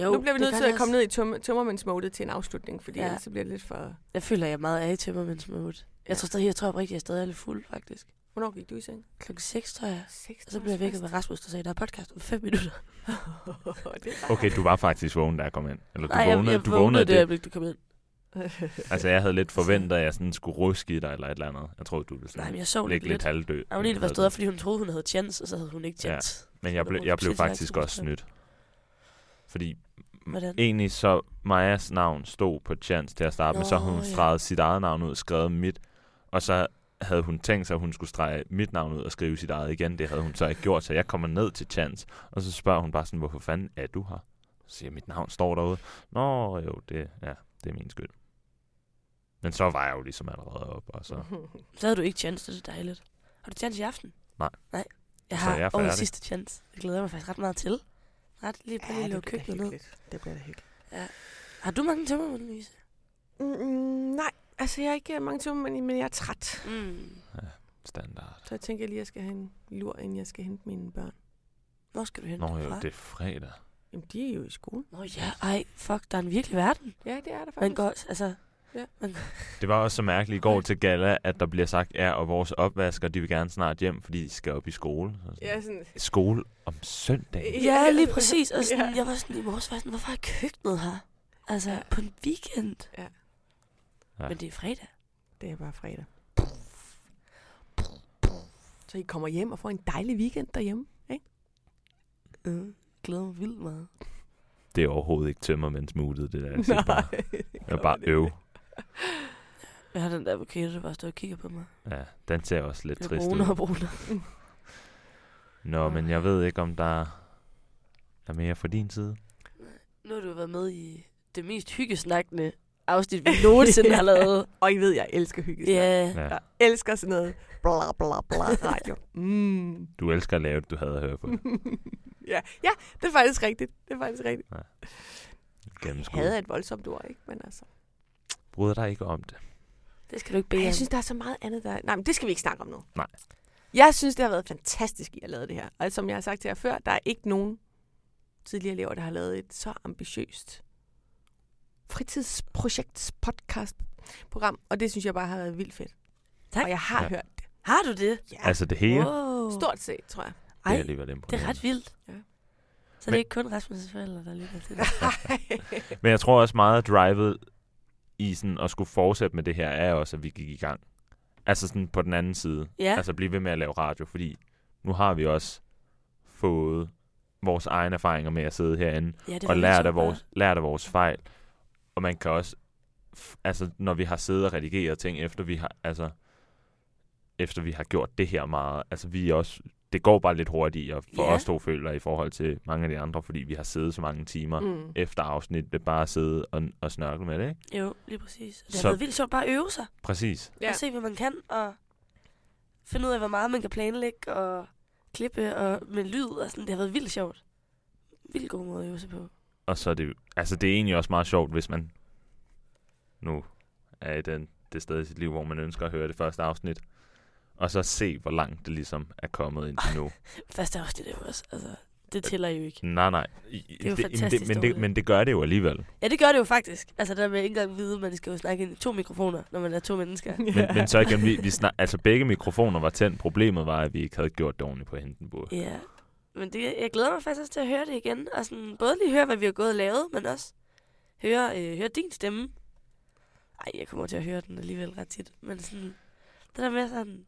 Speaker 2: jo,
Speaker 3: nu bliver vi
Speaker 2: det
Speaker 3: nødt
Speaker 2: gør
Speaker 3: til at
Speaker 2: det
Speaker 3: komme
Speaker 2: også.
Speaker 3: ned i tum- tummermandsmodet til en afslutning, fordi
Speaker 2: Ja.
Speaker 3: ja. ellers så bliver det lidt for...
Speaker 2: Jeg føler, jeg er meget af i tømmermænds mode. Jeg tror stadig, jeg tror oprigtigt, jeg er stadig er lidt fuld, faktisk.
Speaker 3: Hvornår gik du i seng?
Speaker 2: Klokken 6, tror jeg.
Speaker 3: 6
Speaker 2: Og så blev jeg vækket med Rasmus, der sagde, der er podcast om 5 minutter.
Speaker 1: Okay, du var faktisk vågen, da jeg kom ind. Eller du
Speaker 2: Nej, jeg,
Speaker 1: vågnede,
Speaker 2: jeg
Speaker 1: du vågnede
Speaker 2: det,
Speaker 1: det.
Speaker 2: øjeblik, du kom ind.
Speaker 1: Altså, jeg havde lidt forventet, at jeg sådan skulle ruske i dig eller et eller andet. Jeg troede, du ville
Speaker 2: Nej, men
Speaker 1: sådan
Speaker 2: jeg sov lidt.
Speaker 1: ligge lidt
Speaker 2: lidt.
Speaker 1: halvdød.
Speaker 2: Agnete var stået op, fordi hun troede, hun havde chance, og så havde hun ikke
Speaker 1: Ja.
Speaker 2: chance.
Speaker 1: Men jeg, ble,
Speaker 2: Hun
Speaker 1: jeg blev
Speaker 2: synes, jeg
Speaker 1: faktisk
Speaker 2: ikke
Speaker 1: også
Speaker 2: kunne
Speaker 1: snydt. Fordi
Speaker 2: Hvordan?
Speaker 1: egentlig så Majas navn stod på chance til at starte med, så havde
Speaker 2: Nå,
Speaker 1: hun
Speaker 2: ja.
Speaker 1: streget sit eget navn ud og skrevet mit. Og så havde hun tænkt sig, at hun skulle strege mit navn ud og skrive sit eget igen. Det havde hun så ikke gjort, så jeg kommer ned til chance. Og så spørger hun bare sådan, hvorfor fanden er du her? Så siger jeg, mit navn står derude. Nå jo, det, ja, det er min skyld. Men så var jeg jo ligesom allerede op, og så...
Speaker 2: Så havde du ikke chance, det er dejligt. Har du chance i aften?
Speaker 1: Nej.
Speaker 2: Nej. Jeg
Speaker 1: Så
Speaker 2: har
Speaker 1: er jeg
Speaker 2: årets
Speaker 1: færdig.
Speaker 2: sidste chance. Det glæder jeg mig faktisk ret meget til. Ret lige på lige at
Speaker 3: Ja, det
Speaker 2: lukke
Speaker 3: bliver da
Speaker 2: køkkenet ned.
Speaker 3: hyggeligt. Det bliver da hyggeligt.
Speaker 2: Har du mange tømmermænd, Louise?
Speaker 3: Mm, nej, altså jeg er ikke øh, mange timer, men, men jeg er træt.
Speaker 2: Mm.
Speaker 1: Standard.
Speaker 3: Så jeg tænker jeg lige, at jeg skal have en lur, inden jeg skal hente mine børn.
Speaker 2: Hvor skal du hen?
Speaker 1: Nå jo, det er fredag.
Speaker 3: Jamen, de er jo i skole.
Speaker 2: Nå ja, ej, fuck, der er en virkelig verden.
Speaker 3: Ja, det er der faktisk.
Speaker 2: Man går, altså...
Speaker 3: Ja.
Speaker 2: Man,
Speaker 1: Det var også så mærkeligt i går til gala, at der bliver sagt, ja, og vores opvasker, de vil gerne snart hjem, fordi de skal op i skole. Så sådan,
Speaker 3: Ja, sådan...
Speaker 1: Skole om søndag.
Speaker 2: ja, lige præcis. Og sådan,
Speaker 3: Ja.
Speaker 2: jeg var sådan i morges, var jeg sådan, hvorfor er køkkenet her? Altså,
Speaker 3: Ja.
Speaker 2: på en weekend.
Speaker 3: Ja.
Speaker 1: Ja.
Speaker 2: Men det er fredag.
Speaker 3: Det er bare fredag. Så I kommer hjem og får en dejlig weekend derhjemme.
Speaker 2: Mm. Glæder mig vildt meget.
Speaker 1: Det er overhovedet ikke tømmermandsmutet, det der. Jeg siger bare, jeg bare øv.
Speaker 2: Jeg har den der avocado, der bare står og kigger på mig.
Speaker 1: Ja, den ser også lidt
Speaker 2: Det er
Speaker 1: trist
Speaker 2: brunere og
Speaker 1: ud.
Speaker 2: brunere.
Speaker 1: Nå, men jeg ved ikke, om der er mere fra din side.
Speaker 2: Nu har du været med i det mest hyggesnakkende afsnit, vi nogensinde har lavet.
Speaker 3: Og I ved, jeg elsker hygge.
Speaker 2: Ja.
Speaker 1: Ja,
Speaker 3: Jeg elsker sådan noget bla bla bla radio. Mm.
Speaker 1: du elsker at lave det, du havde at høre på.
Speaker 3: ja, ja, det er faktisk rigtigt. Det er faktisk rigtigt.
Speaker 1: Gennemskud.
Speaker 3: Havde et voldsomt ord, ikke? Men altså.
Speaker 1: Bryder dig ikke om det.
Speaker 2: Det skal du ikke bede
Speaker 3: Ej,
Speaker 2: om.
Speaker 3: jeg synes, der er så meget andet, der... Nej, men det skal vi ikke snakke om nu.
Speaker 1: Nej.
Speaker 3: Jeg synes, det har været fantastisk, I har lavet det her. Og som jeg har sagt til jer før, der er ikke nogen tidligere elever, der har lavet et så ambitiøst fritidsprojekts podcast program, og det synes jeg bare har været vildt fedt.
Speaker 2: Tak.
Speaker 3: Og jeg har
Speaker 1: Ja.
Speaker 3: ja. hørt det.
Speaker 2: Har du det?
Speaker 3: Ja,
Speaker 1: Altså det hele, det
Speaker 2: Wow.
Speaker 3: stort set, tror jeg.
Speaker 2: Ej,
Speaker 1: er alligevel
Speaker 2: det er
Speaker 1: imponerende.
Speaker 2: ret vildt.
Speaker 3: Ja.
Speaker 2: Så det er ikke kun Rasmus' forældre, der lytter til det.
Speaker 1: Men jeg tror også meget, at drivet i sådan at skulle fortsætte med det her, er også, at vi gik i gang. Altså sådan på den anden side.
Speaker 2: Ja,
Speaker 1: Altså blive ved med at lave radio, fordi nu har vi også fået vores egne erfaringer med at sidde herinde
Speaker 2: ja det
Speaker 1: og
Speaker 2: var
Speaker 1: lært
Speaker 2: ligesom
Speaker 1: af, vores, lært af vores fejl. Og man kan også, f- altså når vi har siddet og redigeret ting, efter vi har, altså, efter vi har gjort det her meget, altså vi er også, det går bare lidt hurtigere for
Speaker 2: Ja.
Speaker 1: os to føler i forhold til mange af de andre, fordi vi har siddet så mange timer
Speaker 3: Mm.
Speaker 1: efter afsnit, det bare at sidde og, og snørkle med det, ikke?
Speaker 2: Bare, jo, lige præcis. Det har
Speaker 1: Så-
Speaker 2: været vildt sjovt bare at øve sig.
Speaker 1: Præcis.
Speaker 2: Ja. Og se, hvad man kan. Og finde ud af, hvor meget man kan planlægge og klippe og med lyd. Og sådan. Det har været vildt sjovt. Vildt god måde at øve sig på.
Speaker 1: Og så er det, jo- altså det er egentlig også meget sjovt, hvis man nu er i den, det sted i sit liv, hvor man ønsker at høre det første afsnit, og så se, hvor langt det ligesom er kommet indtil nu.
Speaker 2: Første afsnit er jo også, altså, det tæller jo ikke.
Speaker 1: nej, nej. I-
Speaker 2: er jo
Speaker 1: jamen
Speaker 2: fantastisk
Speaker 1: men,
Speaker 2: dårligt.
Speaker 1: det, men det gør det jo alligevel.
Speaker 2: Ja, det gør det jo faktisk. Altså, det der med ikke engang vide, man skal jo snakke ind i to mikrofoner, når man er to mennesker.
Speaker 1: Men, men så igen, vi, vi snak, altså begge mikrofoner var tændt. Problemet var, at vi ikke havde gjort det ordentligt på Hindenburg.
Speaker 2: Ja. Men det, jeg glæder mig faktisk også til at høre det igen. Og sådan, både lige høre, hvad vi har gået og lavet, men også høre, øh, høre din stemme. Ej, jeg kommer til at høre den alligevel ret tit. Men sådan, det der med sådan,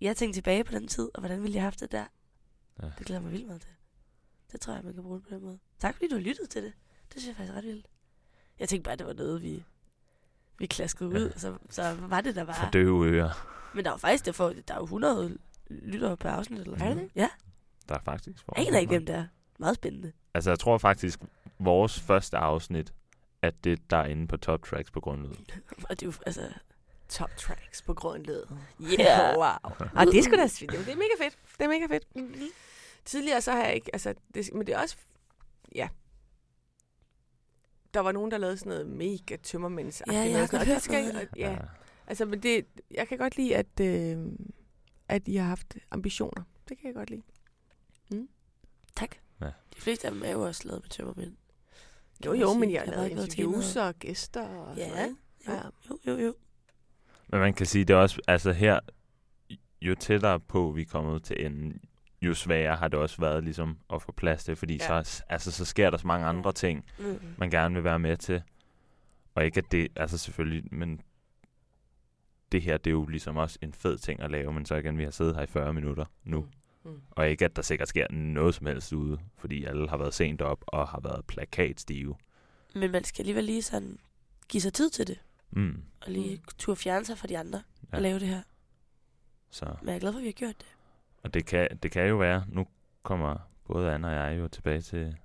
Speaker 2: jeg tænkte tilbage på den tid, og hvordan ville jeg have haft det der?
Speaker 1: Ja.
Speaker 2: Ja. Det glæder jeg mig vildt meget til. Det tror jeg, man kan bruge det på den måde. Tak fordi du har lyttet til det. Det synes jeg faktisk er ret vildt. Jeg tænkte bare, det var noget, vi vi klaskede ud,
Speaker 1: Ja.
Speaker 2: så, så var det der
Speaker 1: For
Speaker 2: bare.
Speaker 1: døve ører.
Speaker 2: Men der var faktisk, der, for, der er jo 100 lyttere per afsnit. Eller
Speaker 1: Er
Speaker 2: sådan
Speaker 1: det
Speaker 2: noget. Ja,
Speaker 1: Der er faktisk...
Speaker 2: jeg aner ikke, hvem det er. Meget spændende.
Speaker 1: Altså, jeg tror faktisk, vores første afsnit er det, der er inde på top tracks på grundlyd.
Speaker 2: Og det er jo, altså,
Speaker 3: Top tracks på grønled.
Speaker 2: yeah.
Speaker 3: Wow. Og det er sgu da svidt. Det er mega fedt. Det er mega fedt. Tidligere så har jeg ikke, altså, det, men det er også, ja. Der var nogen, der lavede sådan noget mega tømmermænds.
Speaker 2: Ja, jeg har godt hørt noget af
Speaker 3: ja. ja, altså, men det, jeg kan godt lide, at, øh, at I har haft ambitioner. Det kan jeg godt lide.
Speaker 2: Tak.
Speaker 1: Ja.
Speaker 2: De fleste af dem er jo også lavet med tømmermænd.
Speaker 3: Jo,
Speaker 2: man
Speaker 3: jo,
Speaker 2: sige.
Speaker 3: men jeg
Speaker 2: Jeg
Speaker 3: har
Speaker 2: har
Speaker 3: lavet
Speaker 2: ikke været til
Speaker 3: interviews
Speaker 2: noget.
Speaker 3: og gæster og
Speaker 2: Ja.
Speaker 3: sådan noget.
Speaker 2: Jo.
Speaker 3: Ja.
Speaker 2: Jo, jo, jo.
Speaker 1: Men man kan sige, det er også, altså her, jo tættere på vi er kommet til enden, jo sværere har det også været ligesom at få plads til, fordi
Speaker 3: Ja.
Speaker 1: ja. så, altså, så sker der så mange andre ting,
Speaker 2: Mm.
Speaker 1: man gerne vil være med til. Og ikke at det, altså selvfølgelig, men det her, det er jo ligesom også en fed ting at lave, men så igen, vi har siddet her i 40 minutter nu.
Speaker 3: Mm. Mm.
Speaker 1: Og ikke at der sikkert sker noget som helst ude, fordi alle har været sent op og har været plakatstive.
Speaker 2: Men man skal alligevel lige sådan give sig tid til det.
Speaker 1: Mm.
Speaker 2: Og lige
Speaker 3: Mm.
Speaker 2: turde fjerne sig fra de andre ja.
Speaker 1: Ja.
Speaker 2: og lave det her.
Speaker 1: Så,
Speaker 2: Men jeg er glad for, at vi har gjort det.
Speaker 1: og det kan, det kan jo være, nu kommer både Anna og jeg jo tilbage til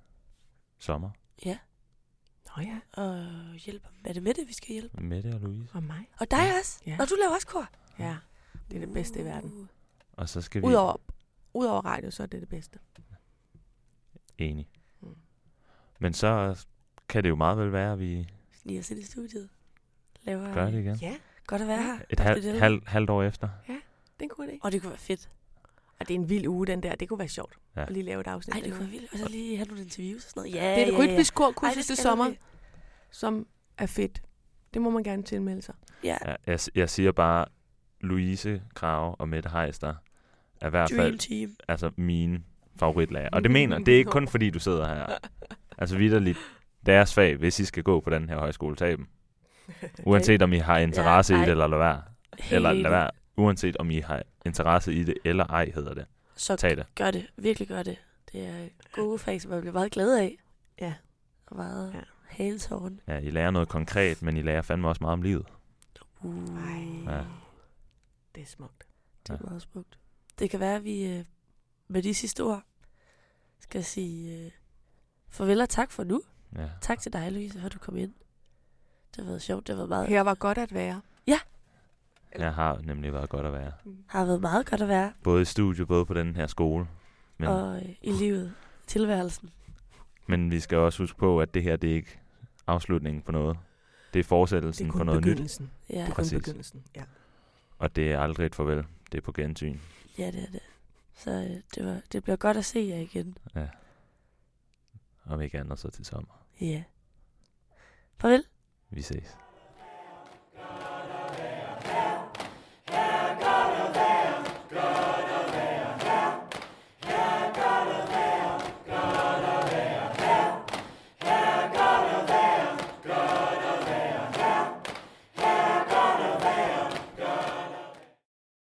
Speaker 1: sommer.
Speaker 2: Ja,
Speaker 3: Nå ja,
Speaker 2: og hjælper. Er det med det, vi skal hjælpe?
Speaker 1: Mette og Louise.
Speaker 3: og mig.
Speaker 2: Og dig også?
Speaker 3: Ja.
Speaker 2: Og du laver også kor?
Speaker 3: Ja, det er det bedste i verden.
Speaker 2: Uh.
Speaker 1: Og så skal vi...
Speaker 3: Udover, udover radio, så er det det bedste.
Speaker 1: Enig.
Speaker 3: Mm.
Speaker 1: Men så kan det jo meget vel være, at vi
Speaker 2: Lige os ind i studiet. Laver
Speaker 1: gør det igen.
Speaker 3: Ja,
Speaker 2: Godt at være her.
Speaker 1: Et
Speaker 2: Godt
Speaker 1: halv,
Speaker 2: at blive
Speaker 1: halv, halvt år efter.
Speaker 3: det er en god idé.
Speaker 2: Og det kunne være fedt.
Speaker 3: Og det er en vild uge, den der. Det kunne være sjovt
Speaker 1: Ja.
Speaker 3: ja. at lige lave et afsnit.
Speaker 2: Ej, det
Speaker 3: dernede.
Speaker 2: kunne være vildt. Og så lige have nogle interviews og sådan noget. Ja,
Speaker 3: Det er
Speaker 2: ja,
Speaker 3: et
Speaker 2: ja.
Speaker 3: rytmisk
Speaker 2: Ej, det
Speaker 3: kursus
Speaker 2: skal
Speaker 3: til sommer,
Speaker 2: vi.
Speaker 3: som er fedt. Det må man gerne tilmelde sig.
Speaker 2: Ja,
Speaker 1: Ja, jeg, jeg siger bare, Louise Krave og Mette Heister er i hvert
Speaker 2: Dream
Speaker 1: fald
Speaker 2: Team.
Speaker 1: altså, mine favoritlærer. Og
Speaker 3: Mm.
Speaker 1: det mener, det er ikke kun fordi, du sidder her. Altså vidderligt, deres fag, hvis I skal gå på den her højskole, tag dem. Uanset om I har interesse
Speaker 2: Ja,
Speaker 1: i
Speaker 2: ej.
Speaker 1: det, eller lad være.
Speaker 2: Helt
Speaker 1: Eller lad
Speaker 2: enig.
Speaker 1: være. Uanset om I har interesse i det, eller ej hedder det.
Speaker 2: Så
Speaker 1: Tag det.
Speaker 2: gør det. Virkelig gør det. Det er gode fag, som man bliver meget glad af.
Speaker 3: Ja.
Speaker 2: Og meget ja.
Speaker 3: Ja.
Speaker 2: halesåren.
Speaker 1: Ja, I lærer noget konkret, men I lærer fandme også meget om livet.
Speaker 2: Uh,
Speaker 1: Ja.
Speaker 3: det er smukt.
Speaker 2: det er meget smukt. Det kan være, at vi øh, med de sidste ord skal sige øh, farvel og tak for nu.
Speaker 1: Ja.
Speaker 2: Tak til dig, Louise, for at du kom ind. Det har været sjovt. Det har været meget,
Speaker 3: Her var godt at være.
Speaker 1: Jeg har nemlig været godt at være.
Speaker 2: har været meget godt at være.
Speaker 1: Både i studiet, både på den her skole. Men, uh.
Speaker 2: Og øh, i livet. Tilværelsen.
Speaker 1: men vi skal også huske på, at det her, det er ikke afslutningen på noget. Det er fortsættelsen på noget nyt.
Speaker 3: begyndelsen.
Speaker 2: Ja,
Speaker 3: Det er kun
Speaker 1: Præcis.
Speaker 3: begyndelsen. Ja.
Speaker 1: Og det er aldrig et farvel. Det er på gensyn.
Speaker 2: ja det er det. Så øh, det, var, det bliver godt at se jer igen.
Speaker 1: Om ikke andet så til sommer.
Speaker 2: Ja. Farvel.
Speaker 1: Vi ses.